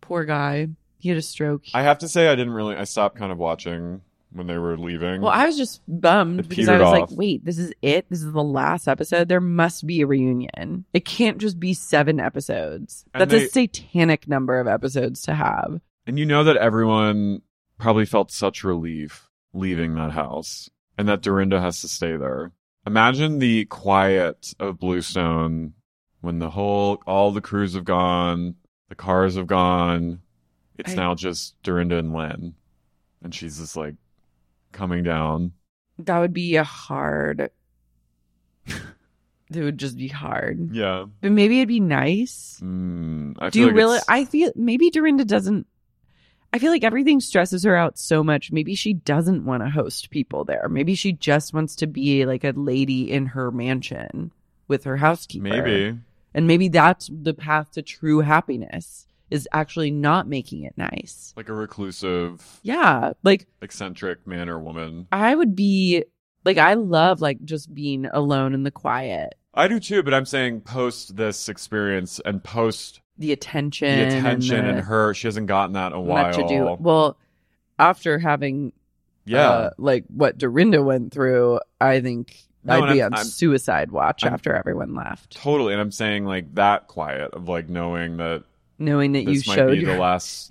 C: Poor guy. He had a stroke.
D: I have to say, I didn't really. I stopped kind of watching when they were leaving.
C: well, I was just bummed
D: It
C: because I
D: petered
C: was
D: off.
C: like, wait, this is it? This is the last episode. There must be a reunion. It can't just be seven episodes.
D: And
C: That's
D: they-
C: a satanic number of episodes to have.
D: And you know that everyone probably felt such relief leaving that house and that Dorinda has to stay there. Imagine the quiet of Bluestone when the whole, all the crews have gone, the cars have gone. It's
C: I-
D: now just Dorinda and Len. And she's just like coming down.
C: That would be a hard. it would just be hard.
D: Yeah.
C: But maybe it'd be nice.
D: Mm, I
C: Do
D: feel
C: you
D: like
C: really?
D: it's-
C: I feel maybe Dorinda doesn't. I feel like everything stresses her out so much. Maybe she doesn't want to host people there. Maybe she just wants to be like a lady in her mansion with her housekeeper.
D: Maybe.
C: And maybe that's the path to true happiness is actually not making it nice.
D: Like a reclusive,
C: Yeah. Like
D: eccentric man or woman.
C: I would be like, I love like just being alone in the quiet,
D: I do too, but I'm saying post this experience and post
C: the attention,
D: the attention
C: the
D: and her she hasn't gotten that in a while
C: much ado. Well, after having
D: yeah
C: uh, like what Dorinda went through, I think
D: No,
C: I'd
D: and
C: be
D: I'm-
C: on
D: I'm-
C: suicide watch
D: I'm-
C: after everyone left,
D: totally and i'm saying like that quiet of like knowing that
C: knowing that you
D: this might
C: showed
D: be the
C: your
D: last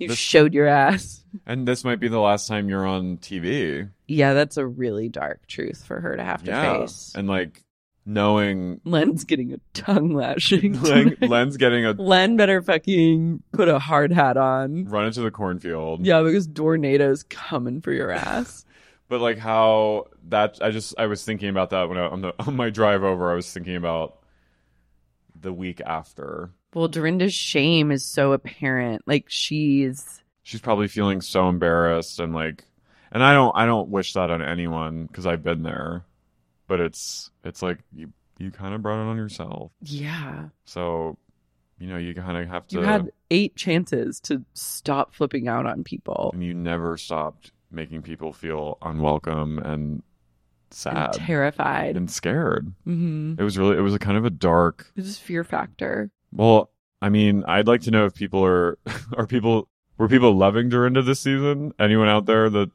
C: you
D: this-
C: showed your ass.
D: and this might be the last time you're on tv
C: Yeah, that's a really dark truth for her to have to
D: yeah
C: face.
D: and like knowing
C: Len's getting a tongue lashing.
D: Len,
C: tonight.
D: len's getting a
C: Len better fucking put a hard hat on.
D: run into the cornfield
C: Yeah, because Dornado's coming for your ass.
D: but like how that i just i was thinking about that when i on, the, on my drive over i was thinking about the week after
C: well, Dorinda's shame is so apparent. Like she's
D: she's probably feeling so embarrassed and like and i don't i don't wish that on anyone because i've been there but it's it's like you you kind of brought it on yourself
C: yeah.
D: so you know you kind of have to
C: You had eight chances to stop flipping out on people.
D: and you never stopped making people feel unwelcome and sad
C: and terrified.
D: and scared
C: mm-hmm.
D: it was really it was a kind of a dark
C: This is fear factor.
D: well i mean i'd like to know if people are are people were people loving dorinda this season anyone out there that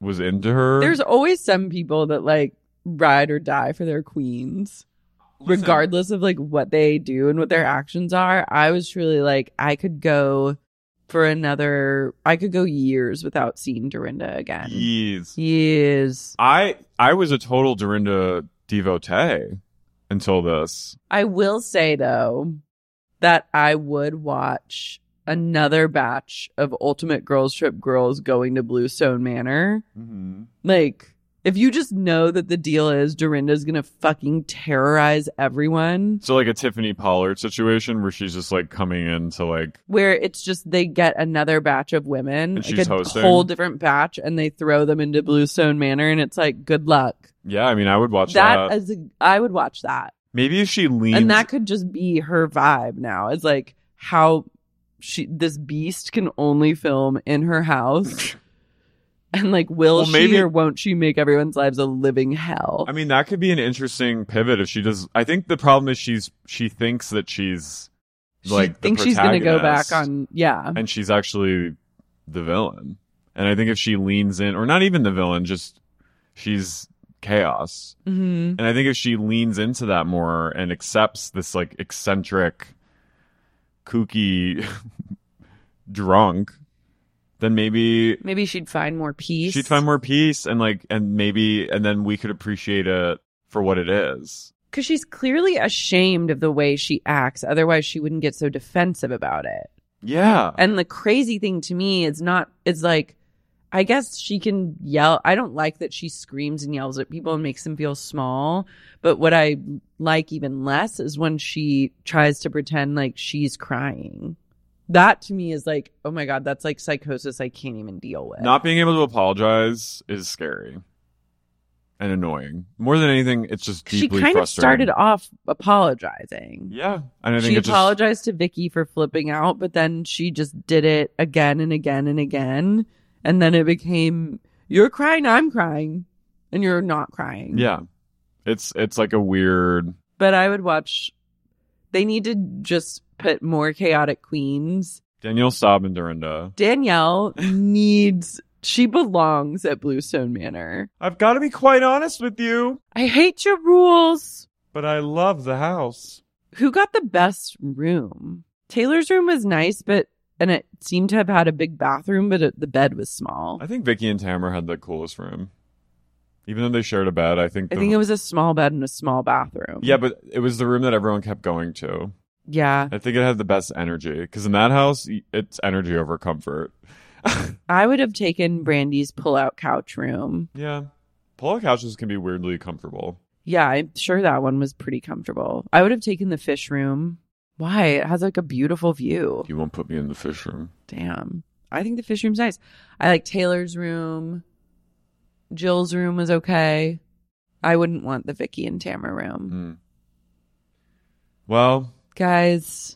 D: was into her
C: There's always some people that like ride or die for their queens. Regardless of like what they do and what their actions are, I was truly like, I could go for another, I could go years without seeing Dorinda again.
D: Yeez.
C: Years.
D: I I was a total Dorinda devotee until this.
C: I will say though that I would watch another batch of Ultimate Girls Trip girls going to Bluestone Manor. Like, if you just know that the deal is Dorinda's gonna fucking terrorize everyone,
D: So like a Tiffany Pollard situation where she's just like coming in to like
C: where it's just they get another batch of women,
D: And
C: like
D: she's
C: a
D: hosting.
C: whole different batch, and they throw them into Bluestone Manor, and it's like, good luck.
D: yeah, I mean I would watch that.
C: That is, a, I would watch that.
D: Maybe if she leans
C: and that could just be her vibe now is like how she this beast can only film in her house and like will
D: Well,
C: she
D: maybe-
C: or won't she make everyone's lives a living hell
D: I mean that could be an interesting pivot if she does I think the problem is she's she thinks that she's
C: she
D: like the
C: thinks she's gonna go back
D: protagonist.
C: on yeah
D: and she's actually the villain. And I think if she leans in, or not even the villain, just she's chaos.
C: hmm
D: And I think if she leans into that more and accepts this like eccentric, kooky drunk, then maybe
C: maybe she'd find more peace
D: she'd find more peace and like, and maybe, and then we could appreciate it for what it is.
C: because she's clearly ashamed of the way she acts otherwise she wouldn't get so defensive about it
D: Yeah.
C: And the crazy thing to me is not is like I guess she can yell. I don't like that she screams and yells at people and makes them feel small. But what I like even less is when she tries to pretend like she's crying. That to me is like, oh my God, that's like psychosis I can't even deal with.
D: Not being able to apologize is scary and annoying. More than anything, it's just deeply
C: she kind of
D: frustrating.
C: started off apologizing.
D: Yeah, and I think
C: she
D: it just-
C: apologized to Vicky for flipping out, but then she just did it again and again and again, and then it became you're crying, I'm crying, and you're not crying.
D: yeah, it's it's like a weird.
C: But I would watch. They need to just put more chaotic queens.
D: Danielle Staub and Dorinda.
C: Danielle needs. She belongs at Bluestone Manor.
D: I've got to be quite honest with you,
C: I hate your rules.
D: but I love the house.
C: who got the best room? Taylor's room was nice, but and it seemed to have had a big bathroom, but it, the bed was small.
D: I think Vicky and Tamara had the coolest room, even though they shared a bed. I think.
C: I
D: the-
C: think it was a small bed and a small bathroom.
D: Yeah, but it was the room that everyone kept going to.
C: yeah,
D: I think it had the best energy because in that house, y- it's energy over comfort.
C: I would have taken Brandy's pull-out couch room.
D: Yeah, pull-out couches can be weirdly comfortable.
C: Yeah, I'm sure that one was pretty comfortable. I would have taken the fish room. Why? It has like a beautiful view.
D: You won't put me in the fish room.
C: Damn. I think the fish room's nice. I like Taylor's room. Jill's room was okay. I wouldn't want the Vicky and Tamara room.
D: Hmm. Well,
C: guys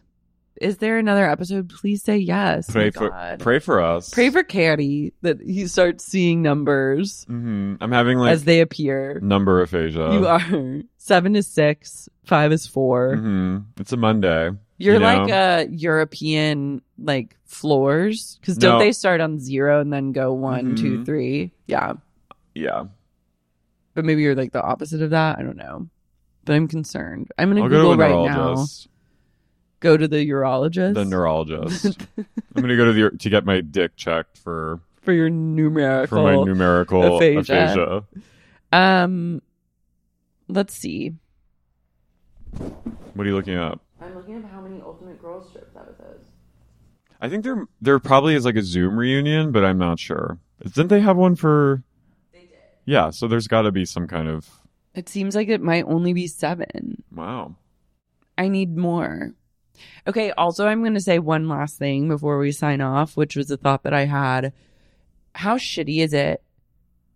C: is there another episode please say yes
D: pray
C: My
D: for
C: God.
D: pray for us.
C: Pray for Caddy that he starts seeing numbers
D: hmm I'm having like
C: as they appear
D: number aphasia.
C: you are seven is six five is 4
D: hmm It's a Monday.
C: you're
D: you know?
C: like a european like floors because don't
D: No.
C: they start on zero and then go one, two, three?
D: Mhm.
C: yeah
D: yeah.
C: but maybe you're like the opposite of that i don't know but i'm concerned i'm gonna
D: I'll go to
C: google
D: a
C: right now
D: neurologist.
C: go to the urologist
D: The neurologist. I'm gonna go to the to get my dick checked for
C: for your numerical
D: for my numerical
C: aphasia.
D: aphasia.
C: Um, let's see.
D: What are you looking up?
C: I'm looking up how many Ultimate Girls Trips episodes.
D: I think there there probably is like a Zoom reunion, but I'm not sure. Didn't they have one for? They did. Yeah. So there's got to be some kind of
C: It seems like it might only be seven.
D: wow.
C: I need more. Okay. Also, I'm going to say one last thing before we sign off, which was a thought that I had. How shitty is it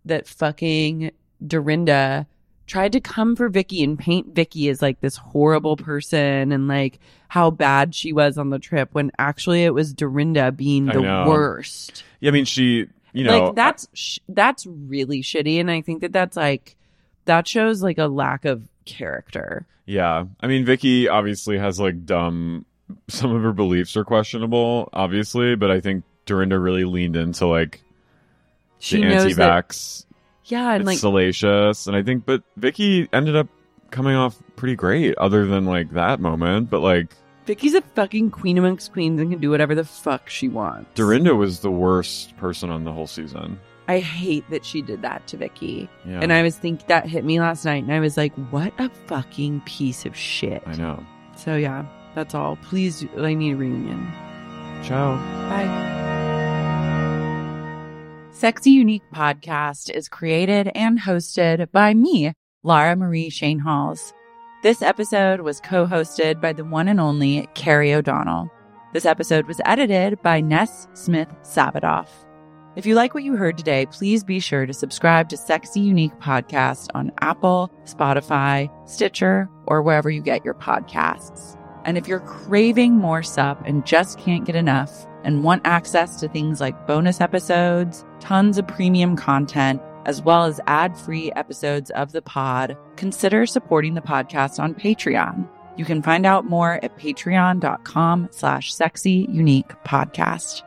C: that fucking Dorinda tried to come for Vicky and paint Vicky as like this horrible person and like how bad she was on the trip when actually it was Dorinda being
D: I
C: the
D: know.
C: worst.
D: Yeah. I mean, she. You know.
C: like that's sh- that's really shitty and i think that that's like that shows like a lack of character
D: Yeah. I mean, Vicky obviously has like dumb, some of her beliefs are questionable, obviously, but I think Dorinda really leaned into like
C: she
D: the
C: knows
D: anti
C: that
D: vax
G: Yeah, and
D: it's
G: like
D: salacious. And I think, but Vicky ended up coming off pretty great, other than like that moment. But like
G: Vicky's a fucking queen amongst queens and can do whatever the fuck she wants.
D: Dorinda was the worst person on the whole season.
G: I hate that she did that to Vicky.
D: Yeah,
G: And I was think that hit me last night and I was like, what a fucking piece of shit.
D: I know.
G: So yeah, that's all. Please I need a reunion.
D: Ciao.
G: Bye.
C: Sexy Unique podcast is created and hosted by me, Lara Marie Shane Halls. This episode was co hosted by the one and only Carrie O'Donnell. This episode was edited by Ness Smith Savadoff. If you like what you heard today, please be sure to subscribe to Sexy Unique Podcast on Apple, Spotify, Stitcher, or wherever you get your podcasts. And if you're craving more sup and just can't get enough and want access to things like bonus episodes, tons of premium content, as well as ad free episodes of the pod, consider supporting the podcast on Patreon. You can find out more at patreon.com slash sexy unique podcast.